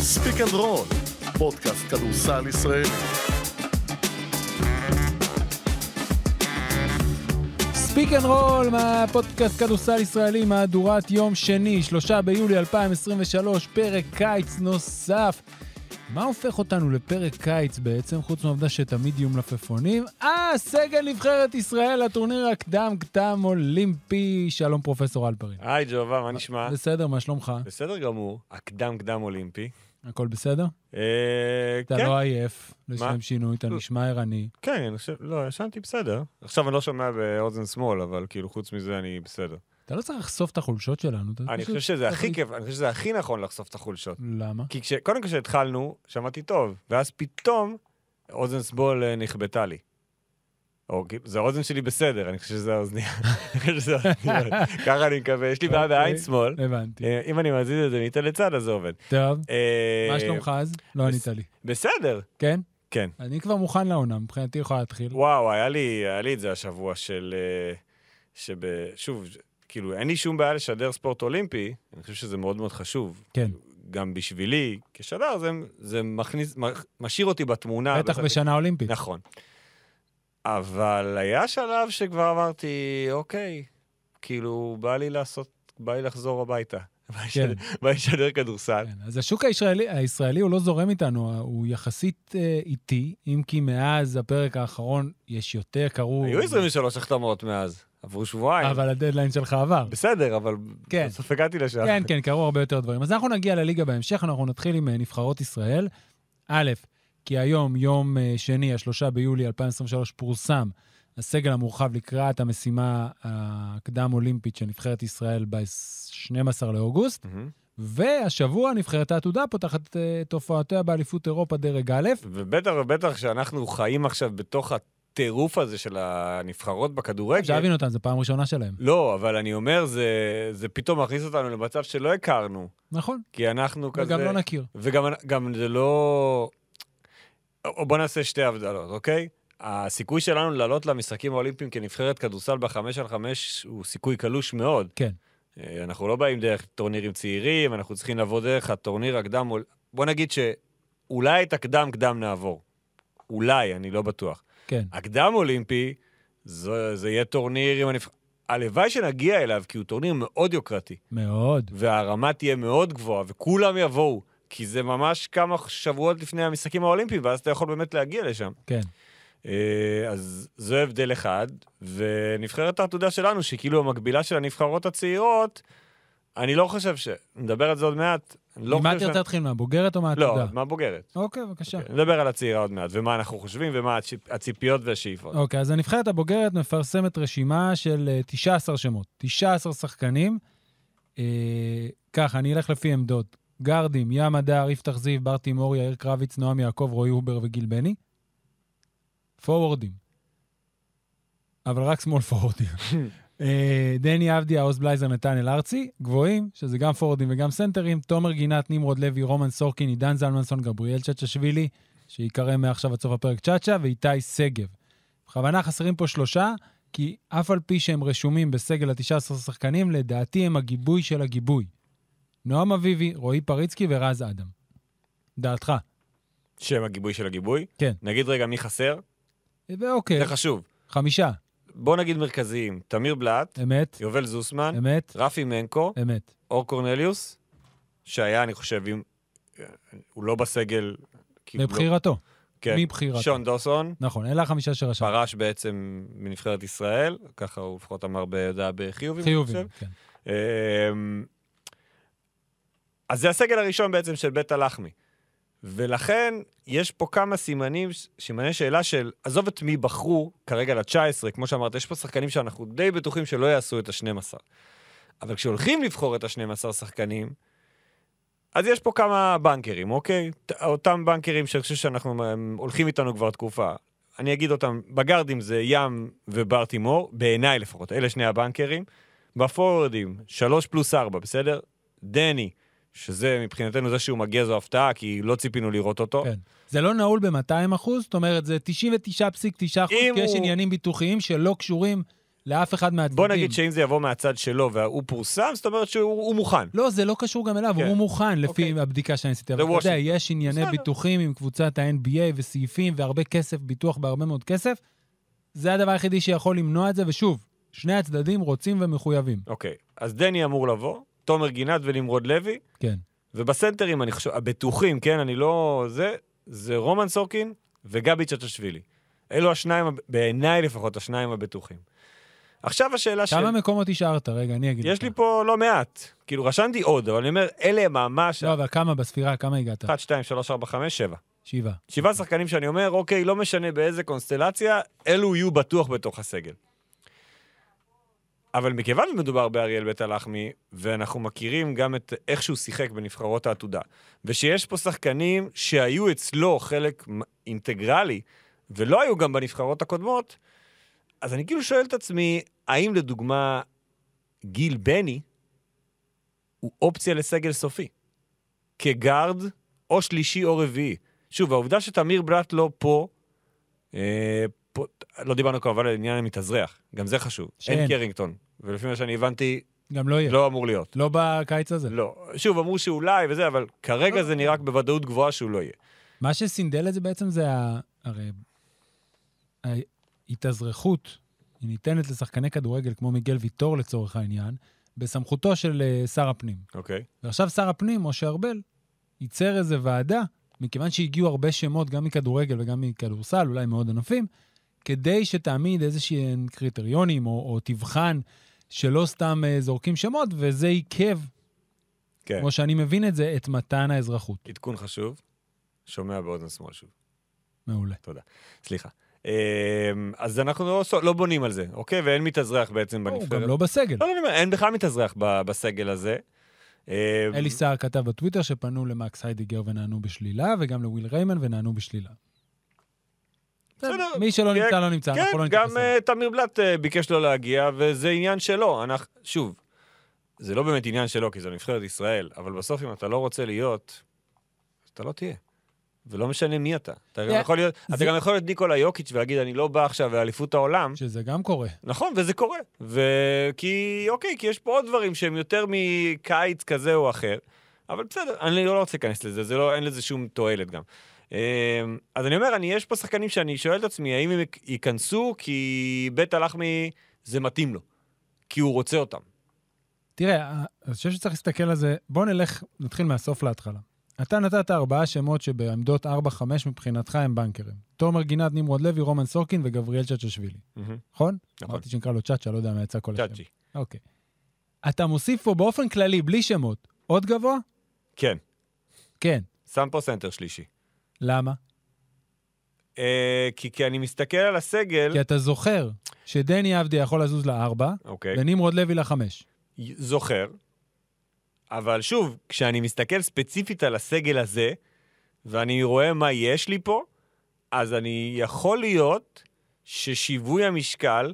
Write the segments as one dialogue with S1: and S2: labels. S1: ספיק אנד רול, פודקאסט כדורסל ישראלי.
S2: ספיק אנד רול, מהפודקאסט כדורסל ישראלי, מהדורת יום שני, שלושה ביולי 2023, פרק קיץ נוסף. מה הופך אותנו לפרק קיץ בעצם, חוץ מהעובדה שתמיד יהיו מלפפונים? אה, סגל נבחרת ישראל לטורניר הקדם-קדם אולימפי. שלום, פרופסור אלפרין.
S3: היי ג'ובה, מה נשמע?
S2: בסדר, מה שלומך?
S3: בסדר גמור, הקדם קדם אולימפי.
S2: הכל בסדר?
S3: אה,
S2: אתה
S3: כן,
S2: לא עייף, לשם
S3: מה?
S2: שינוי, אתה
S3: לא.
S2: נשמע ערני.
S3: כן, אני חושב, לא, ישנתי בסדר. עכשיו אני לא שומע באוזן שמאל, אבל כאילו חוץ מזה אני בסדר.
S2: אתה לא צריך לחשוף את החולשות שלנו. אתה
S3: אני
S2: פשוט-
S3: חושב שזה הכי
S2: תחליט.
S3: כיף, אני חושב שזה הכי נכון לחשוף את החולשות.
S2: למה?
S3: כי כש- קודם כל כשהתחלנו, שמעתי טוב, ואז פתאום אוזן שמאל אה, נכבתה לי. או כאילו, זה האוזן שלי בסדר, אני חושב שזה האוזניה. אני חושב שזה האוזניה. ככה אני מקווה, יש לי בעיה
S2: אוקיי.
S3: בעין שמאל.
S2: הבנתי.
S3: אה, אם אני מזיז את זה מאיתה לצד, אז זה עובד.
S2: טוב,
S3: אה,
S2: מה שלומך אז? לא
S3: בס-
S2: ענית לי.
S3: בסדר.
S2: כן?
S3: כן.
S2: אני כבר מוכן לעונה, מבחינתי יכולה להתחיל.
S3: וואו, היה לי, היה לי את זה השבוע של... אה, שב... שוב, כאילו, אין לי שום בעיה לשדר ספורט אולימפי, אני חושב שזה מאוד מאוד חשוב.
S2: כן.
S3: גם בשבילי, כשדר, זה, זה מכניס, מח- משאיר אותי בתמונה.
S2: בטח
S3: בצד-
S2: בשנה אולימפית.
S3: אה, לא, נכון. אבל היה שלב שכבר אמרתי, אוקיי, כאילו, בא לי לעשות, בא לי לחזור הביתה. בא לי לשדר- בא לי לשדר כדורסל.
S2: כן, אז השוק הישראלי, הישראלי הוא לא זורם איתנו, הוא יחסית אה, איטי, אם כי מאז הפרק האחרון יש יותר, קרו...
S3: היו 23 החתמות מאז, עברו שבועיים.
S2: כן. אבל הדדליין שלך עבר.
S3: בסדר, אבל
S2: כן.
S3: בסוף הגעתי לשם.
S2: כן, כן, קרו הרבה יותר דברים. אז אנחנו נגיע לליגה בהמשך, אנחנו נתחיל עם אה, נבחרות ישראל. א', כי היום, יום אה, שני, השלושה ביולי 2023, פורסם הסגל המורחב לקראת המשימה הקדם-אולימפית של נבחרת ישראל ב-12 לאוגוסט,
S3: מהמם.
S2: והשבוע נבחרת העתודה פותחת אה, את הופעותיה באליפות אירופה דרג א'.
S3: ובטח ובטח שאנחנו חיים עכשיו בתוך הטירוף הזה של הנבחרות בכדורגל.
S2: שאבין אותם, זו פעם ראשונה שלהם.
S3: לא, אבל אני אומר, זה, זה פתאום מכניס אותנו למצב שלא הכרנו,
S2: נכון,
S3: כי אנחנו כזה...
S2: וגם לא נכיר.
S3: וגם גם זה לא... או- בוא נעשה שתי הבדלות, אוקיי? הסיכוי שלנו לעלות למשחקים האולימפיים כנבחרת כדורסל בחמש על חמש הוא סיכוי קלוש מאוד.
S2: כן.
S3: אה, אנחנו לא באים דרך טורנירים צעירים, אנחנו צריכים לבוא דרך הטורניר הקדם... אול- בוא נגיד שאולי את הקדם קדם נעבור. אולי, אני לא בטוח.
S2: כן.
S3: הקדם אולימפי, זה, זה יהיה טורניר עם הנבחרת... הלוואי שנגיע אליו, כי הוא טורניר מאוד יוקרתי.
S2: מאוד.
S3: והרמה תהיה מאוד גבוהה, וכולם יבואו, כי זה ממש כמה שבועות לפני המשחקים האולימפיים, ואז אתה יכול באמת להגיע לשם.
S2: כן.
S3: אה, אז זה הבדל אחד, ונבחרת העתודה שלנו, שהיא כאילו המקבילה של הנבחרות הצעירות, אני לא חושב ש... נדבר על זה עוד מעט. אני לא
S2: ממה
S3: חושב
S2: תרצה להתחיל, מהבוגרת או
S3: לא,
S2: מהעתודה?
S3: מהבוגרת.
S2: אוקיי, בבקשה.
S3: נדבר על הצעירה עוד מעט, ומה אנחנו חושבים, ומה הציפ- הציפיות והשאיפות.
S2: אוקיי, אז הנבחרת הבוגרת מפרסמת רשימה של אה, 19 שמות, 19 שחקנים. אה, ככה, אני אלך לפי עמדות. גרדים, ים הדר, יפתח זיו, בר תימור, יאיר קרביץ, נועם יעקב, רועי הובר וגיל בני. פורוורדים. אבל רק שמאל פורוורדים. אה, דני עבדיה, עוז בלייזר, נתנאל ארצי, גבוהים, שזה גם פורוורדים וגם סנטרים, תומר גינת, נמרוד לוי, רומן סורקין, עידן זלמנסון, גבריאל צ'צ'שווילי, שיקרא מעכשיו עד סוף הפרק צ'צ'ה, ואיתי שגב. בכוונה חסרים פה שלושה, כי אף על פי שהם רשומים בסגל ה-19 שחקנים, לדעתי הם הגיבוי של הגיבוי. נועם אביבי, רועי פריצקי ורז אדם. דעתך.
S3: שם הגיבוי של הגיבוי.
S2: כן.
S3: נגיד רגע מי חסר,
S2: ואוקיי,
S3: זה חשוב.
S2: חמישה.
S3: בוא נגיד מרכזיים, תמיר בלאט,
S2: אמת,
S3: יובל זוסמן,
S2: אמת,
S3: רפי מנקו,
S2: אמת.
S3: אור קורנליוס, שהיה, אני חושב, אם... הוא לא בסגל... כי הוא לא-
S2: לבחירתו.
S3: כן.
S2: מבחירתו.
S3: שון דוסון,
S2: נכון, אלה החמישה שרשם.
S3: פרש בעצם מנבחרת ישראל, ככה הוא לפחות אמר בהודעה בחיובים. אני
S2: חיובים,
S3: חושב.
S2: כן.
S3: אמ, אז זה הסגל הראשון בעצם של בית הלחמי. ולכן, יש פה כמה סימנים, סימני שאלה של, עזוב את מי בחרו כרגע ל-19, כמו שאמרת, יש פה שחקנים שאנחנו די בטוחים שלא יעשו את ה-12. אבל כשהולכים לבחור את ה-12 שחקנים, אז יש פה כמה בנקרים, אוקיי? ת- אותם בנקרים שאני חושב שאנחנו הם, הולכים איתנו כבר תקופה. אני אגיד אותם, בגארדים זה ים ובר תימור, בעיניי לפחות, אלה שני הבנקרים. בפורורדים, 3 פלוס 4, בסדר? דני, שזה מבחינתנו זה שהוא מגיע זו הפתעה, כי לא ציפינו לראות אותו.
S2: כן. זה לא נעול ב-200 אחוז, זאת אומרת, זה 99.9 אחוז,
S3: אם
S2: כי יש
S3: הוא-
S2: עניינים ביטוחיים שלא קשורים לאף אחד מהצדדים.
S3: בוא נגיד שאם זה יבוא מהצד שלו והוא פורסם, זאת אומרת שהוא הוא מוכן.
S2: לא, זה לא קשור גם אליו,
S3: כן.
S2: הוא מוכן לפי
S3: אוקיי.
S2: הבדיקה שאני עשיתי.
S3: The
S2: אבל אתה יודע,
S3: Washington.
S2: יש ענייני
S3: בסדר.
S2: ביטוחים עם קבוצת ה-NBA וסעיפים והרבה כסף, ביטוח בהרבה מאוד כסף. זה הדבר היחידי שיכול למנוע את זה, ושוב, שני הצדדים רוצים ומחויבים.
S3: אוקיי, אז דני אמור לבוא, תומר גינת ונמרוד לוי,
S2: כן.
S3: ובסנטרים, אני חושב, הבטוחים, כן, אני לא... זה, זה רומן סורקין וגבי צ'צ'שווילי. אלו השניים, הב- בעיניי לפחות, השניים הבטוחים. עכשיו השאלה של...
S2: כמה מקומות השארת? רגע, אני אגיד לך.
S3: יש לי פה לא מעט. כאילו, רשמתי עוד, אבל אני אומר, אלה הם ממש...
S2: לא, אבל כמה בספירה, כמה הגעת?
S3: 1, 2, 3, 4, 5, 7.
S2: שבעה.
S3: שבעה שחקנים שאני אומר, אוקיי, לא משנה באיזה קונסטלציה, אלו יהיו בטוח בתוך הסגל. אבל מכיוון שמדובר באריאל בית הלחמי, ואנחנו מכירים גם את איך שהוא שיחק בנבחרות העתודה, ושיש פה שחקנים שהיו אצלו חלק מ- אינטגרלי, ולא היו גם בנבחרות הקודמות, אז אני כאילו שואל את עצמי, האם לדוגמה גיל בני הוא אופציה לסגל סופי? כגארד, או שלישי או רביעי. שוב, העובדה שתמיר בלאט לא פה, אה, פה, לא דיברנו כמובן על עניין המתאזרח, גם זה חשוב.
S2: שאין.
S3: אין קרינגטון, ולפי מה שאני הבנתי,
S2: גם לא יהיה.
S3: לא אמור להיות.
S2: לא בקיץ הזה.
S3: לא. שוב, אמרו שאולי וזה, אבל כרגע
S2: אוקיי.
S3: זה נראה רק בוודאות גבוהה שהוא לא יהיה.
S2: מה שסינדל את זה בעצם זה ה... הרי ההתאזרחות, היא ניתנת לשחקני כדורגל כמו מיגל ויטור לצורך העניין, בסמכותו של אה, שר הפנים.
S3: אוקיי.
S2: ועכשיו שר הפנים, משה ארבל, ייצר איזה ועדה, מכיוון שהגיעו הרבה שמות, גם מכדורגל וגם מכדורסל, אולי מעוד ענפים, כדי שתעמיד איזשהם קריטריונים או, או תבחן שלא סתם אה, זורקים שמות, וזה עיכב,
S3: כן.
S2: כמו שאני מבין את זה, את מתן האזרחות.
S3: עדכון חשוב, שומע באוזן שמאל שוב.
S2: מעולה.
S3: סליחה. אמ, אז אנחנו לא עושות- לא בונים על זה, אוקיי? ואין מתאזרח בעצם
S2: הוא גם
S3: בנבחרת.
S2: לא בסגל.
S3: לא, לא, אני אומר, אין בכלל מתאזרח ב- בסגל הזה. אמ,
S2: אלי סער כתב בטוויטר שפנו למקס היידיגר ונענו בשלילה, וגם לוויל ריימן ונענו בשלילה.
S3: בסדר.
S2: בסדר, מי שלא
S3: כן,
S2: נמצא, לא נמצא,
S3: כן,
S2: אנחנו לא נתייחס
S3: גם
S2: לזה.
S3: אה, תמיר בלאט אה, ביקש לא להגיע, וזה עניין שלו. אנחנו- שוב, זה לא באמת עניין שלו, כי זו נבחרת ישראל, אבל בסוף אם אתה לא רוצה להיות, אז אתה לא תהיה. ולא משנה מי אתה. אתה גם
S2: אה,
S3: יכול להיות- אתה
S2: זה-
S3: גם יכול להיות ניקולה יוקיץ' ולהגיד, אני לא בא עכשיו לאליפות העולם.
S2: שזה גם קורה.
S3: נכון, וזה קורה. וכי, אוקיי, כי יש פה עוד דברים שהם יותר מקיץ כזה או אחר, אבל בסדר, אני לא רוצה להיכנס לזה, זה לא, אין לזה שום תועלת גם. אמ, אז אני אומר, אני, יש פה שחקנים שאני שואל את עצמי, האם הם ייכ- ייכנסו כי בית הלחמי, זה מתאים לו, כי הוא רוצה אותם.
S2: תראה, אה, אני חושב שצריך להסתכל על זה. בוא נלך, נתחיל מהסוף להתחלה. אתה נתת ארבעה שמות שבעמדות 4-5 מבחינתך הם בנקרים. תומר גינת, נמרוד לוי, רומן סורקין וגבריאל צ'צ'שווילי, נכון?
S3: נכון.
S2: אמרתי שנקרא לו צ'צ'ה, לא יודע מה יצא כל השם.
S3: צ'אצ'י.
S2: אוקיי. אתה מוסיף פה באופן כללי, בלי שמות, עוד גבוה?
S3: כן,
S2: כן.
S3: שם פה סנטר שלישי.
S2: למה?
S3: אה, כי, כי אני מסתכל על הסגל,
S2: כי אתה זוכר שדני אבדיה יכול לזוז לארבע,
S3: אוקיי,
S2: ונמרוד לוי לחמש.
S3: זוכר, אבל שוב, כשאני מסתכל ספציפית על הסגל הזה, ואני רואה מה יש לי פה, אז אני יכול להיות ששיווי המשקל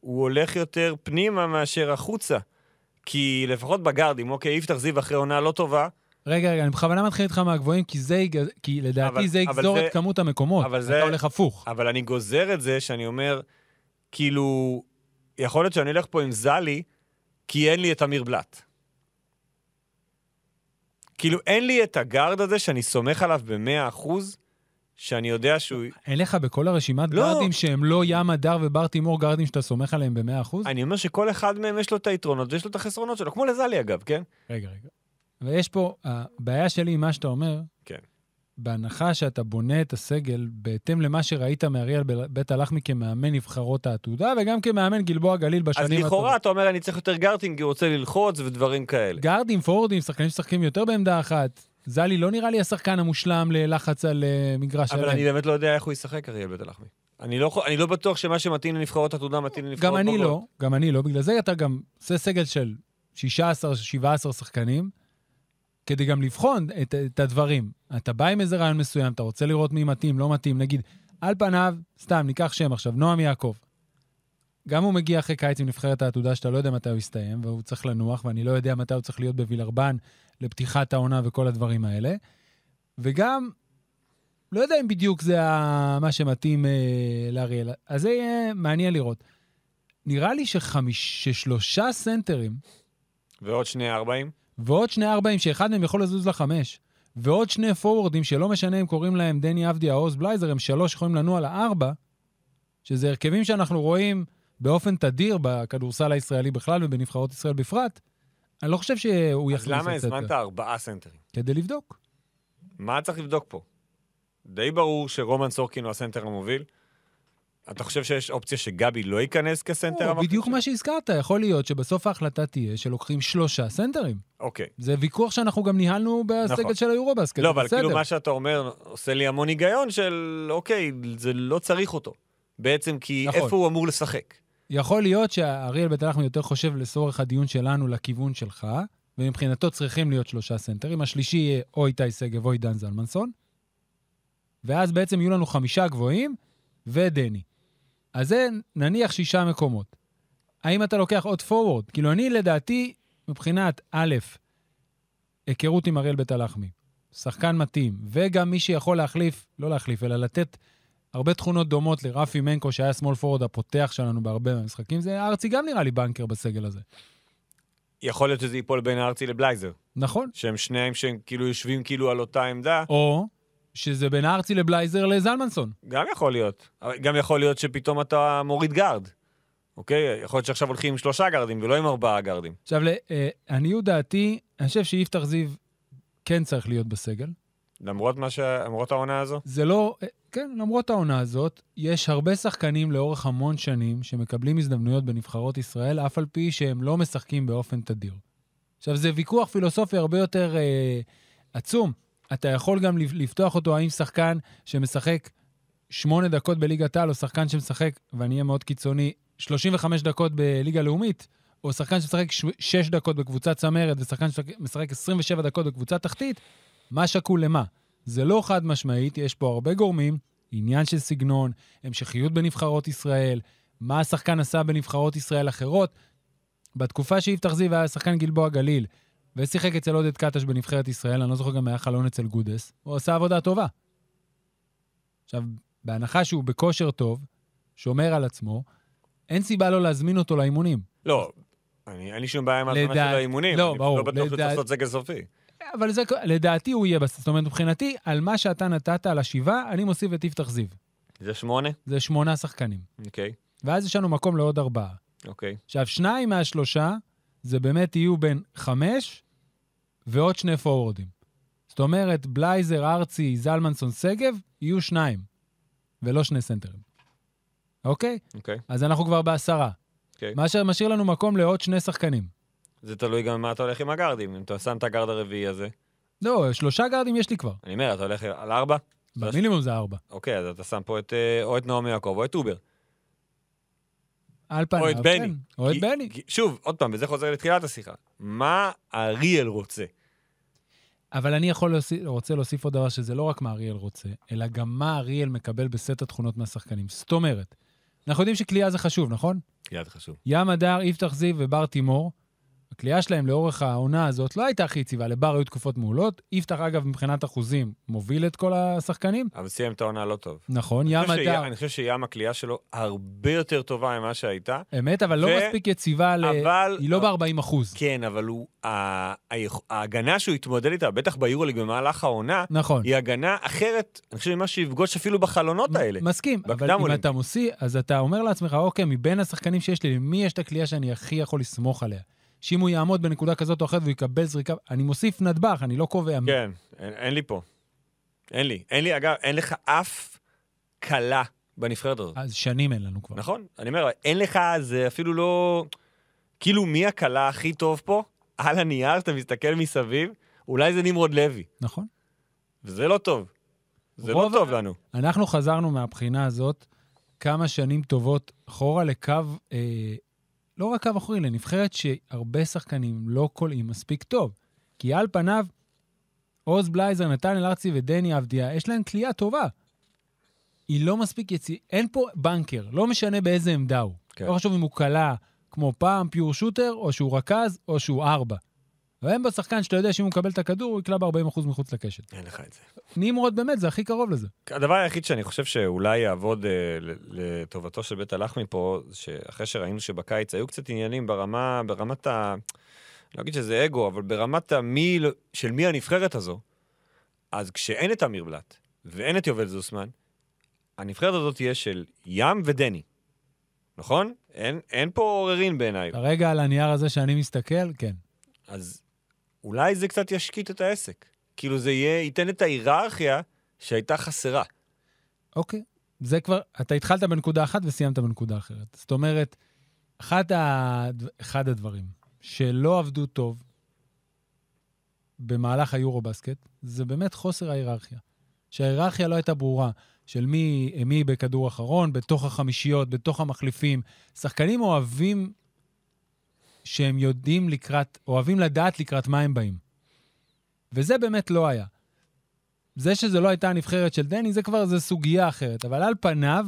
S3: הוא הולך יותר פנימה מאשר החוצה. כי לפחות בגארדים, אוקיי, יפתח זיו אחרי עונה לא טובה,
S2: רגע, רגע, אני בכוונה מתחיל איתך מהגבוהים, כי זה יגז... כי לדעתי
S3: אבל-
S2: זה
S3: אבל
S2: יגזור
S3: זה-
S2: את כמות המקומות.
S3: אבל
S2: אתה
S3: זה- אה-
S2: הולך הפוך.
S3: אבל אני גוזר את זה שאני אומר, כאילו, יכול להיות שאני אלך פה עם זלי, כי אין לי את אמיר בלאט. כאילו, אין לי את הגארד הזה שאני סומך עליו במאה אחוז, שאני יודע שהוא...
S2: אין לך בכל הרשימת
S3: לא.
S2: גארדים שהם לא ים הדר ובר תימור גארדים שאתה סומך עליהם ב-100%?
S3: אני אומר שכל אחד מהם יש לו את היתרונות ויש לו את החסרונות שלו, כמו לזלי אגב, כן?
S2: רגע, רגע. ויש פה, הבעיה שלי עם מה שאתה אומר,
S3: כן.
S2: בהנחה שאתה בונה את הסגל בהתאם למה שראית מאריאל ב- בית הלחמי כמאמן נבחרות העתודה, וגם כמאמן גלבוע גליל בשנים
S3: אז לכאורה אתה אומר, אני צריך יותר גארטינג, כי הוא רוצה ללחוץ ודברים כאלה.
S2: גארדים, פורורדים, שחקנים ששחקים יותר בעמדה אחת. זלי לא נראה לי השחקן המושלם ללחץ על אה, מגרש
S3: אבל
S2: שלם.
S3: אני באמת לא יודע איך הוא ישחק, אריאל בית הלחמי. אני לא, יכול- אני לא בטוח שמה שמתאים לנבחרות עתודה מתאים לנבחרות
S2: גם אני
S3: בוגרות.
S2: לא, גם אני לא. בגלל זה אתה גם עושה סגל של 16-17 שחקנים, כדי גם לבחון את, את הדברים. אתה בא עם איזה רעיון מסוים, אתה רוצה לראות מי מתאים, לא מתאים. נגיד, על פניו, סתם, ניקח שם עכשיו, נועם יעקב. גם הוא מגיע אחרי קיץ עם נבחרת העתודה, שאתה לא יודע מתי הוא יסתיים, והוא צריך לנוח, ואני לא יודע מתי הוא צריך להיות בווילרבן לפתיחת העונה וכל הדברים האלה. וגם, לא יודע אם בדיוק זה ה- מה שמתאים אה, לאריאל. אז זה יהיה מעניין לראות. נראה לי שחמיש- ששלושה סנטרים, לא.
S3: ועוד שני 40.
S2: ועוד שני ארבעים, שאחד מהם יכול לזוז לחמש, ועוד שני פורוורדים, שלא משנה אם קוראים להם דני אבדיה או עוז בלייזר, הם שלוש יכולים לנוע לארבע, שזה הרכבים שאנחנו רואים באופן תדיר בכדורסל הישראלי בכלל ובנבחרות ישראל בפרט, אני לא חושב שהוא
S3: אז
S2: יכניס
S3: למה
S2: את זה.
S3: הזמנת ארבעה סנטרים?
S2: כדי לבדוק.
S3: מה צריך לבדוק פה? די ברור שרומן סורקין הוא הסנטר המוביל. אתה חושב שיש אופציה שגבי לא ייכנס כסנטר
S2: או,
S3: המוביל?
S2: בדיוק מה שהזכרת, יכול להיות שבסוף ההחלטה תהיה שלוקחים שלושה סנטרים.
S3: אוקיי.
S2: זה ויכוח שאנחנו גם ניהלנו בסגל
S3: נכון.
S2: של היורובסקט,
S3: לא,
S2: זה
S3: אבל
S2: בסדר.
S3: כאילו מה שאתה אומר עושה לי המון היגיון של אוקיי, זה לא צריך אותו. בעצם כי
S2: נכון.
S3: איפה הוא אמור לשחק?
S2: יכול להיות שאריאל בית הלחמי יותר חושב לצורך הדיון שלנו לכיוון שלך, ומבחינתו צריכים להיות שלושה סנטרים. השלישי יהיה או איתי שגב או עידן זלמנסון, ואז בעצם יהיו לנו חמישה גבוהים ודני. אז זה נניח שישה מקומות. האם אתה לוקח עוד פורוורד? כאילו אני לדעתי, מבחינת א', היכרות עם אריאל בית הלחמי, שחקן מתאים, וגם מי שיכול להחליף, לא להחליף, אלא לתת הרבה תכונות דומות לרפי מנקו, שהיה שמאל פורוד הפותח שלנו בהרבה מהמשחקים. זה ארצי גם נראה לי בנקר בסגל הזה.
S3: יכול להיות שזה ייפול בין הארצי לבלייזר.
S2: נכון.
S3: שהם שניהם שהם כאילו יושבים כאילו על אותה עמדה,
S2: או שזה בין ארצי לבלייזר לזלמנסון.
S3: גם יכול להיות. אבל גם יכול להיות שפתאום אתה מוריד גארד. אוקיי? יכול להיות שעכשיו הולכים עם שלושה גארדים ולא עם ארבעה גארדים.
S2: עכשיו, לעניות דעתי, אני חושב שיפתח זיו כן צריך להיות בסגל.
S3: למרות מה ש... למרות העונה הזו?
S2: זה לא... אה, כן, למרות העונה הזאת, יש הרבה שחקנים לאורך המון שנים שמקבלים הזדמנויות בנבחרות ישראל, אף על פי שהם לא משחקים באופן תדיר. עכשיו, זה ויכוח פילוסופי הרבה יותר אה, עצום. אתה יכול גם לפ- לפתוח אותו האם שחקן שמשחק שמונה דקות בליגת העל, או שחקן שמשחק, ואני אהיה מאוד קיצוני, 35 דקות בליגה לאומית, או שחקן שמשחק 6 דקות בקבוצת צמרת, ושחקן שמשחק 27 דקות בקבוצה תחתית, מה שקול למה? זה לא חד משמעית, יש פה הרבה גורמים, עניין של סגנון, המשכיות בנבחרות ישראל, מה השחקן עשה בנבחרות ישראל אחרות. בתקופה שיפתח זיו היה שחקן גלבוע גליל, ושיחק אצל עודד קטש בנבחרת ישראל, אני לא זוכר גם היה חלון אצל גודס, הוא עשה עבודה טובה. עכשיו, בהנחה שהוא בכושר טוב, שומר על עצמו, אין סיבה לא להזמין אותו לאימונים.
S3: לא, אני, אין לי שום בעיה עם ההזמנה של
S2: לדעת-
S3: האימונים.
S2: לא,
S3: אני
S2: ברור,
S3: לא בטוח שצריך
S2: לדעת-
S3: לעשות סגל סופי.
S2: אבל זה, לדעתי הוא יהיה בסוף. זאת אומרת, מבחינתי, על מה שאתה נתת על השבעה, אני מוסיף את יפתח זיו.
S3: זה שמונה?
S2: זה שמונה שחקנים.
S3: אוקיי,
S2: ואז יש לנו מקום לעוד ארבעה.
S3: אוקיי.
S2: עכשיו, שניים מהשלושה, זה באמת יהיו בין חמש ועוד שני פורוורדים. זאת אומרת, בלייזר, ארצי, זלמנסון, שגב, יהיו שניים, ולא שני סנטרים. אוקיי?
S3: אוקיי.
S2: אז אנחנו כבר בעשרה.
S3: אוקיי.
S2: מה שמשאיר לנו מקום לעוד שני שחקנים.
S3: זה תלוי גם מה אתה הולך עם הגארדים. אם אתה שם את הגארד הרביעי הזה,
S2: לא, שלושה גארדים יש לי כבר.
S3: אני אומר, אתה הולך על ארבע? שלוש-
S2: במינימום זה ארבע.
S3: אוקיי, אז אתה שם פה את, אה, או את נעמי יעקב או את טובר.
S2: על פניו,
S3: או את בני.
S2: כן. או את
S3: כי-
S2: בני.
S3: כי- שוב, עוד פעם, וזה חוזר לתחילת השיחה. מה אריאל רוצה?
S2: אבל אני יכול להוסיף, רוצה להוסיף עוד דבר, שזה לא רק מה אריאל רוצה, אלא גם מה אריאל מקבל בסט התכונות מהשחקנים. זאת אומרת, אנחנו יודעים שקליעה זה חשוב, נכון?
S3: יד חשוב.
S2: ים הדר, יפתח זיו ובר תימור, הקליעה שלהם לאורך העונה הזאת לא הייתה הכי יציבה, לבר היו תקופות מעולות. יפתח, אגב, מבחינת אחוזים, מוביל את כל השחקנים.
S3: אבל סיים את העונה לא טוב.
S2: נכון,
S3: אני
S2: ים
S3: חושב
S2: הדר,
S3: שיה- אני חושב שים הכלייה שלו הרבה יותר טובה ממה שהייתה,
S2: אמת, אבל לא
S3: ו-
S2: מספיק יציבה, ל...
S3: אבל...
S2: היא לא ב-40 אחוז.
S3: כן, אבל הוא... ה- היכ- ההגנה שהוא התמודד איתה, בטח ביורוליג במהלך העונה,
S2: נכון.
S3: היא הגנה אחרת, אני חושב, ממה שיפגוש אפילו בחלונות האלה.
S2: מסכים, אבל
S3: בקדם
S2: אם
S3: אולימפי.
S2: אתה מוציא, אז אתה אומר לעצמך, אוקיי, מבין השחקנים שיש לי, למי יש את הכלייה שאני הכי יכול לסמוך עליה? שאם הוא יעמוד בנקודה כזאת או אחרת והוא יקבל זריקה, אני מוסיף נדבך, אני לא קובע. מי.
S3: כן, אין, אין לי פה. אין לי. אין לי, אגב, אין לך אף קלה בנבחרת הזאת.
S2: אז שנים אין לנו כבר.
S3: נכון? אני אומר, אין לך, זה אפילו לא... כאילו, מי הקלה הכי טוב פה? על הנייר, אתה מסתכל מסביב, אולי זה נמרוד לוי.
S2: נכון.
S3: וזה לא טוב. זה לא
S2: רוב
S3: טוב לנו.
S2: אנחנו חזרנו מהבחינה הזאת כמה שנים טובות אחורה לקו, אה, לא רק קו אחורי, לנבחרת שהרבה שחקנים לא קולעים מספיק טוב. כי על פניו, עוז בלייזר, נתן אלארצי ודני אבדיה, יש להם כליאה טובה. היא לא מספיק יציאה, אין פה בנקר, לא משנה באיזה עמדה הוא.
S3: כן.
S2: לא חשוב אם הוא קלע כמו פעם פיור שוטר, או שהוא רכז, או שהוא ארבע. ואין בו שחקן שאתה יודע שאם הוא מקבל את הכדור, הוא יקלע ב-40% מחוץ לקשת.
S3: אין לך את זה.
S2: נמרוד באמת, זה הכי קרוב לזה.
S3: הדבר היחיד שאני חושב שאולי יעבוד אה, ל- לטובתו של בית הלחמי פה, זה שאחרי שראינו שבקיץ היו קצת עניינים ברמה, ברמת ה... לא אגיד שזה אגו, אבל ברמת המי, של מי הנבחרת הזו, אז כשאין את אמיר בלאט ואין את יובל זוסמן, הנבחרת הזאת תהיה של ים ודני, נכון? אין, אין פה עוררין בעיניי.
S2: כרגע על הנייר הזה שאני מסתכל, כן.
S3: אז אולי זה קצת ישקיט את העסק. כאילו זה יהיה, ייתן את ההיררכיה שהייתה חסרה.
S2: אוקיי. זה כבר, אתה התחלת בנקודה אחת וסיימת בנקודה אחרת. זאת אומרת, אחת ה... אחד הדברים שלא עבדו טוב במהלך היורו-בסקט, זה באמת חוסר ההיררכיה. שההיררכיה לא הייתה ברורה, של מי, מי בכדור אחרון, בתוך החמישיות, בתוך המחליפים. שחקנים אוהבים שהם יודעים לקראת, אוהבים לדעת לקראת מה הם באים. וזה באמת לא היה. זה שזה לא הייתה הנבחרת של דני, זה כבר זה סוגיה אחרת. אבל על פניו,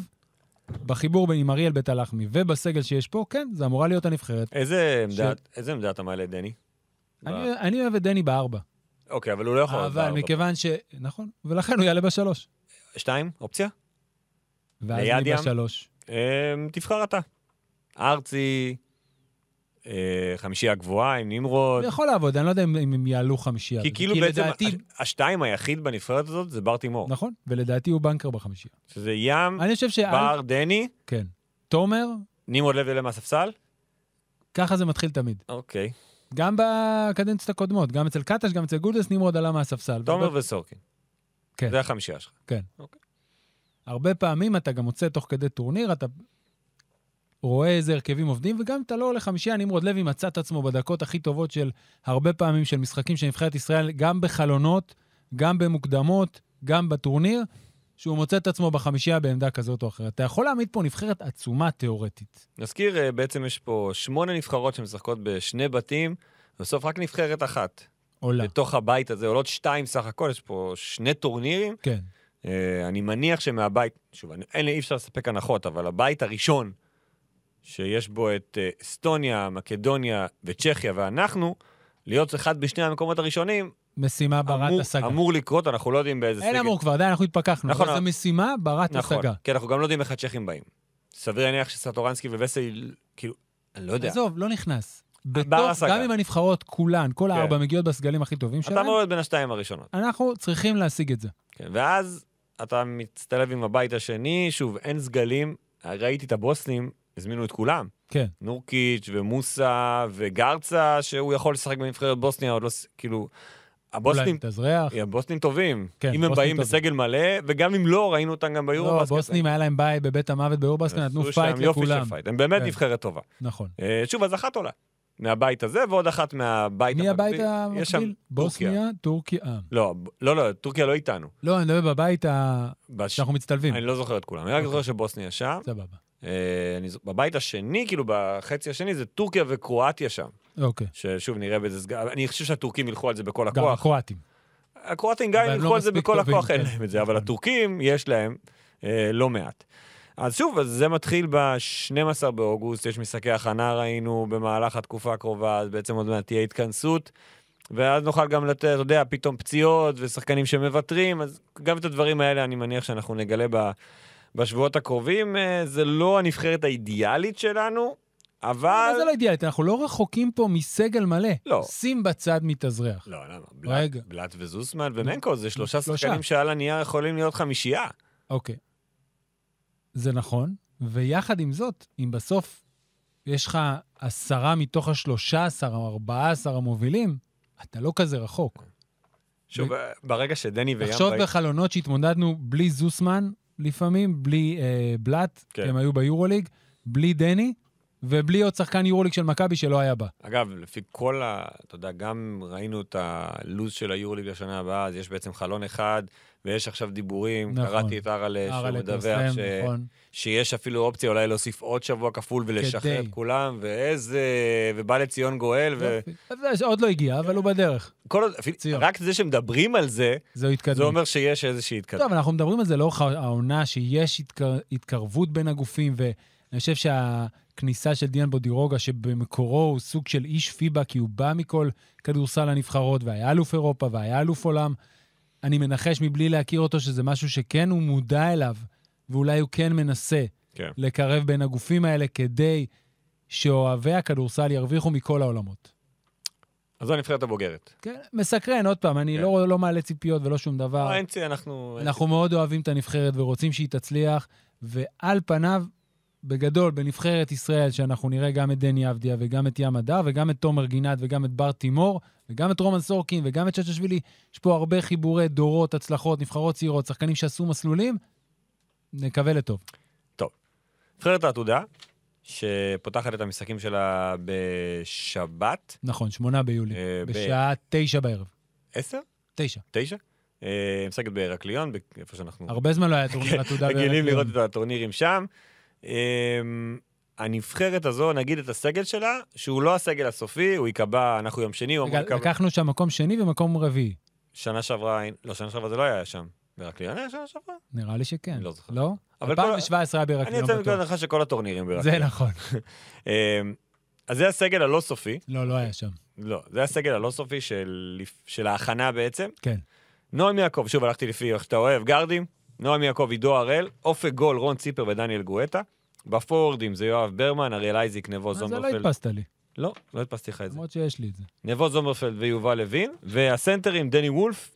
S2: בחיבור בין עם אריאל בית הלחמי ובסגל שיש פה, כן, זה אמורה להיות הנבחרת.
S3: איזה עמדה,
S2: ש-
S3: איזה עמדה אתה מעלה, דני?
S2: אני, אני אוהב את דני בארבע.
S3: אוקיי, אבל הוא לא יכול... לעלות
S2: אבל
S3: בארבע.
S2: מכיוון ש... נכון, ולכן הוא יעלה בשלוש.
S3: שתיים, אופציה?
S2: ואז
S3: ליד
S2: אני
S3: ים.
S2: בשלוש.
S3: אמ, תבחר אתה. ארצי, אה, חמישייה גבוהה עם נמרוד.
S2: זה יכול לעבוד, אני לא יודע אם, אם הם יעלו חמישייה.
S3: כי כאילו בעצם
S2: לדעתי,
S3: הש- השתיים היחיד בנבחרת הזאת זה בר תימור.
S2: נכון, ולדעתי הוא בנקר בחמישייה.
S3: שזה ים,
S2: אני חושב ש...
S3: בר, דני,
S2: כן. תומר,
S3: נמרוד לוי עולה מהספסל.
S2: ככה זה מתחיל תמיד.
S3: אוקיי.
S2: גם בקדנציות הקודמות, גם אצל קטש, גם אצל גודס, נמרוד עלה מהספסל.
S3: תומר וסורקין.
S2: כן.
S3: זה החמישייה שלך.
S2: הרבה פעמים אתה גם מוצא תוך כדי טורניר, אתה רואה איזה הרכבים עובדים, וגם אתה לא הולך חמישייה. נמרוד לוי מצא את עצמו בדקות הכי טובות של הרבה פעמים של משחקים של נבחרת ישראל, גם בחלונות, גם במוקדמות, גם בטורניר, שהוא מוצא את עצמו בחמישייה בעמדה כזאת או אחרת. אתה יכול להעמיד פה נבחרת עצומה תיאורטית.
S3: נזכיר, אה, בעצם יש פה שמונה נבחרות שמשחקות בשני בתים, בסוף רק נבחרת אחת.
S2: עולה.
S3: בתוך הבית הזה עולות שתיים סך הכל, יש פה שני טורנירים.
S2: כן.
S3: אה, אני מניח שמהבית, שוב, אני- אין לי, אי אפשר לספק הנחות, אבל הבית הראשון שיש בו את אה, אסטוניה, מקדוניה וצ'כיה ואנחנו, להיות אחד בשני המקומות הראשונים,
S2: משימה ברת
S3: אמור,
S2: השגה.
S3: אמור לקרות, אנחנו לא יודעים באיזה
S2: אין אמור כבר, די, אנחנו התפכחנו.
S3: נכון,
S2: אבל זו
S3: אבל-
S2: משימה ברת
S3: נכון,
S2: השגה.
S3: כי אנחנו גם לא יודעים איך הצ'כים באים. סביר להניח שסטורנסקי וווסל, כאילו, אני לא יודע.
S2: עזוב, לא נכנס.
S3: בר
S2: בתוך,
S3: השגה. כן.
S2: גם אם הנבחרות כולן, כל הארבע מגיעות בסגלים הכי טובים
S3: אתה
S2: שלהם,
S3: אמור להיות בין השתיים הראשונות.
S2: אנחנו צריכים להשיג את זה.
S3: כן, ואז אתה מצטלב עם הבית השני, שוב, אין סגלים. ראיתי את הבוסנים, הזמינו את כולם.
S2: כן.
S3: נורקיץ' ומוסה וגרצה, שהוא יכול לשחק בנבחרת בוסניה, עוד לא... ס- כאילו,
S2: אולי
S3: הבוסנים,
S2: תזרח.
S3: הבוסנים טובים.
S2: כן,
S3: אם הם
S2: בוסנים
S3: באים
S2: טובים.
S3: בסגל מלא, וגם אם לא, ראינו אותם גם ביורו
S2: לא, הבוסנים היה להם ביי בבית המוות באורבסקן, נתנו פייט
S3: יופי של
S2: לכולם.
S3: פייט, הם באמת
S2: כן.
S3: נבחרת טובה.
S2: נכון.
S3: אה, שוב, אז אחת עולה. מהבית הזה, ועוד אחת מהבית
S2: מי הבית
S3: יש שם
S2: המקביל?
S3: טורקיה.
S2: בוסניה, טורקיה.
S3: לא, ב- לא, לא, טורקיה לא איתנו.
S2: לא, אני מדבר בבית ה...
S3: בש-
S2: שאנחנו מצטלבים.
S3: אני לא זוכר את כולם, אני רק
S2: אוקיי.
S3: זוכר שבוסניה שם.
S2: סבבה.
S3: אה, אני ז- בבית השני, כאילו בחצי השני, זה טורקיה וקרואטיה שם.
S2: אוקיי.
S3: ששוב נראה באיזה סגן, אני חושב שהטורקים ילכו על זה בכל
S2: גם נכון.
S3: הכוח.
S2: הקרואטים.
S3: הקרואטים גם
S2: אבל
S3: אם
S2: הם לא
S3: ילכו על זה
S2: מספיק
S3: בכל
S2: טובים,
S3: הכוח, אין
S2: כן.
S3: להם את זה, אבל
S2: נכון.
S3: הטורקים יש להם אה, לא מעט. אז שוב, אז זה מתחיל ב-12 באוגוסט, יש משחקי הכנה ראינו במהלך התקופה הקרובה, אז בעצם עוד מעט תהיה התכנסות, ואז נוכל גם לתת, אתה יודע, פתאום פציעות ושחקנים שמוותרים, אז גם את הדברים האלה אני מניח שאנחנו נגלה ב- בשבועות הקרובים. אה, זה לא הנבחרת האידיאלית שלנו, אבל...
S2: אבל זה לא אידיאלית, אנחנו לא רחוקים פה מסגל מלא.
S3: לא.
S2: שים בצד מתאזרח.
S3: לא, למה? בלאט,
S2: רגע.
S3: בלאט וזוסמן ומנקו, זה שלושה
S2: שלושה.
S3: שחקנים שעל הנייר יכולים להיות חמישייה.
S2: אוקיי. זה נכון, ויחד עם זאת, אם בסוף יש לך עשרה מתוך השלושה עשר או ארבעה עשר המובילים, אתה לא כזה רחוק.
S3: שוב, ברגע שדני וים...
S2: תחשוב
S3: באים-
S2: בחלונות שהתמודדנו בלי זוסמן לפעמים, בלי אה, בלאט,
S3: כן.
S2: כי הם היו ביורוליג, בלי דני, ובלי עוד שחקן יורוליג של מכבי שלא היה בה.
S3: אגב, לפי כל ה... אתה יודע, גם ראינו את הלו"ז של היורליג לשנה הבאה, אז יש בעצם חלון אחד, ויש עכשיו דיבורים.
S2: נכון.
S3: קראתי את אראלה, שהוא
S2: אראלה
S3: מדווח
S2: פרסם,
S3: ש...
S2: נכון.
S3: שיש אפילו אופציה אולי להוסיף עוד שבוע כפול ולשחרר
S2: כדי.
S3: את כולם, ואיזה... ובא לציון גואל,
S2: יופי. זה עוד לא הגיע, אבל הוא בדרך.
S3: וכל עוד... אפילו-
S2: ציון.
S3: רק זה שמדברים על זה,
S2: זו
S3: זה
S2: התקדמות.
S3: אומר שיש איזושהי התקדמות.
S2: טוב, אנחנו מדברים על זה לאורך העונה, שיש התקר... התקרבות בין הגופים, ואני חושב שהקלישאה הכניסה של דיאן בודירוגה, שבמקורו הוא סוג של איש פיבה, כי הוא בא מכל כדורסל הנבחרות, והיה אלוף אירופה, והיה אלוף עולם. אני מנחש מבלי להכיר אותו שזה משהו שכן הוא מודע אליו, ואולי הוא כן מנסה
S3: כן.
S2: לקרב בין הגופים האלה כדי שאוהבי הכדורסל ירוויחו מכל העולמות.
S3: אז זו הנבחרת הבוגרת.
S2: כן, מסקרן, עוד פעם, אני
S3: כן.
S2: לא, לא מעלה ציפיות ולא שום דבר.
S3: לא, אין צי, אנחנו...
S2: אנחנו מאוד אוהבים את הנבחרת ורוצים שהיא תצליח, ועל פניו, בגדול, בנבחרת ישראל, שאנחנו נראה גם את דני אבדיה וגם את ים הדר וגם את תומר גינת וגם את בר תימור וגם את רומן סורקין וגם את צ'צ'שווילי, יש פה הרבה חיבורי דורות, הצלחות, נבחרות צעירות, שחקנים שעשו מסלולים, נקווה לטוב.
S3: נבחרת העתודה, שפותחת את המשחקים שלה בשבת,
S2: נכון, שמונה ביולי,
S3: אה, ב-
S2: בשעה תשע בערב.
S3: עשר?
S2: תשע.
S3: תשע? אה, משחקת בהרקליון, איפה שאנחנו...
S2: הרבה זמן לא היה טורניר עתודה. כן.
S3: רגילים
S2: בהרקליון.
S3: לראות את הטורנירים שם. אמ, הנבחרת הזו, נגיד את הסגל שלה, שהוא לא הסגל הסופי, הוא ייקבע, אנחנו יום שני, הוא אמור
S2: רגע,
S3: לקבע...
S2: לקחנו שם מקום שני ומקום רביעי.
S3: שנה שעברה, אין- לא, שנה שעברה זה לא היה שם. בהרקליון היה שנה שעברה?
S2: נראה לי שכן.
S3: אני לא זוכר.
S2: לא?
S3: אבל
S2: 2017 היה
S3: אני
S2: בהרקליון
S3: יוצא מנקודת
S2: בטוח.
S3: הנחה שכל הטורנירים בהרקליון.
S2: זה נכון.
S3: אמ, אז זה הסגל הלא סופי,
S2: לא, לא היה שם.
S3: לא, זה הסגל הלא סופי של, של ההכנה בעצם.
S2: כן.
S3: נועם יעקב, שוב, הלכתי לפי איך שאתה אוהב, גרדים, נועם יעקב, עידו הראל, אופק גול, רון ציפר ודניאל גואטה. בפורדים זה יואב ברמן, אריאל אייזיק, נבו
S2: אז זה לא
S3: זומרפלד.
S2: הדפסת לי,
S3: לא, לא הדפסתי לך את זה.
S2: למרות שיש לי את זה.
S3: נבו זומרפלד ויובל לוין, והסנטרים דני וולף,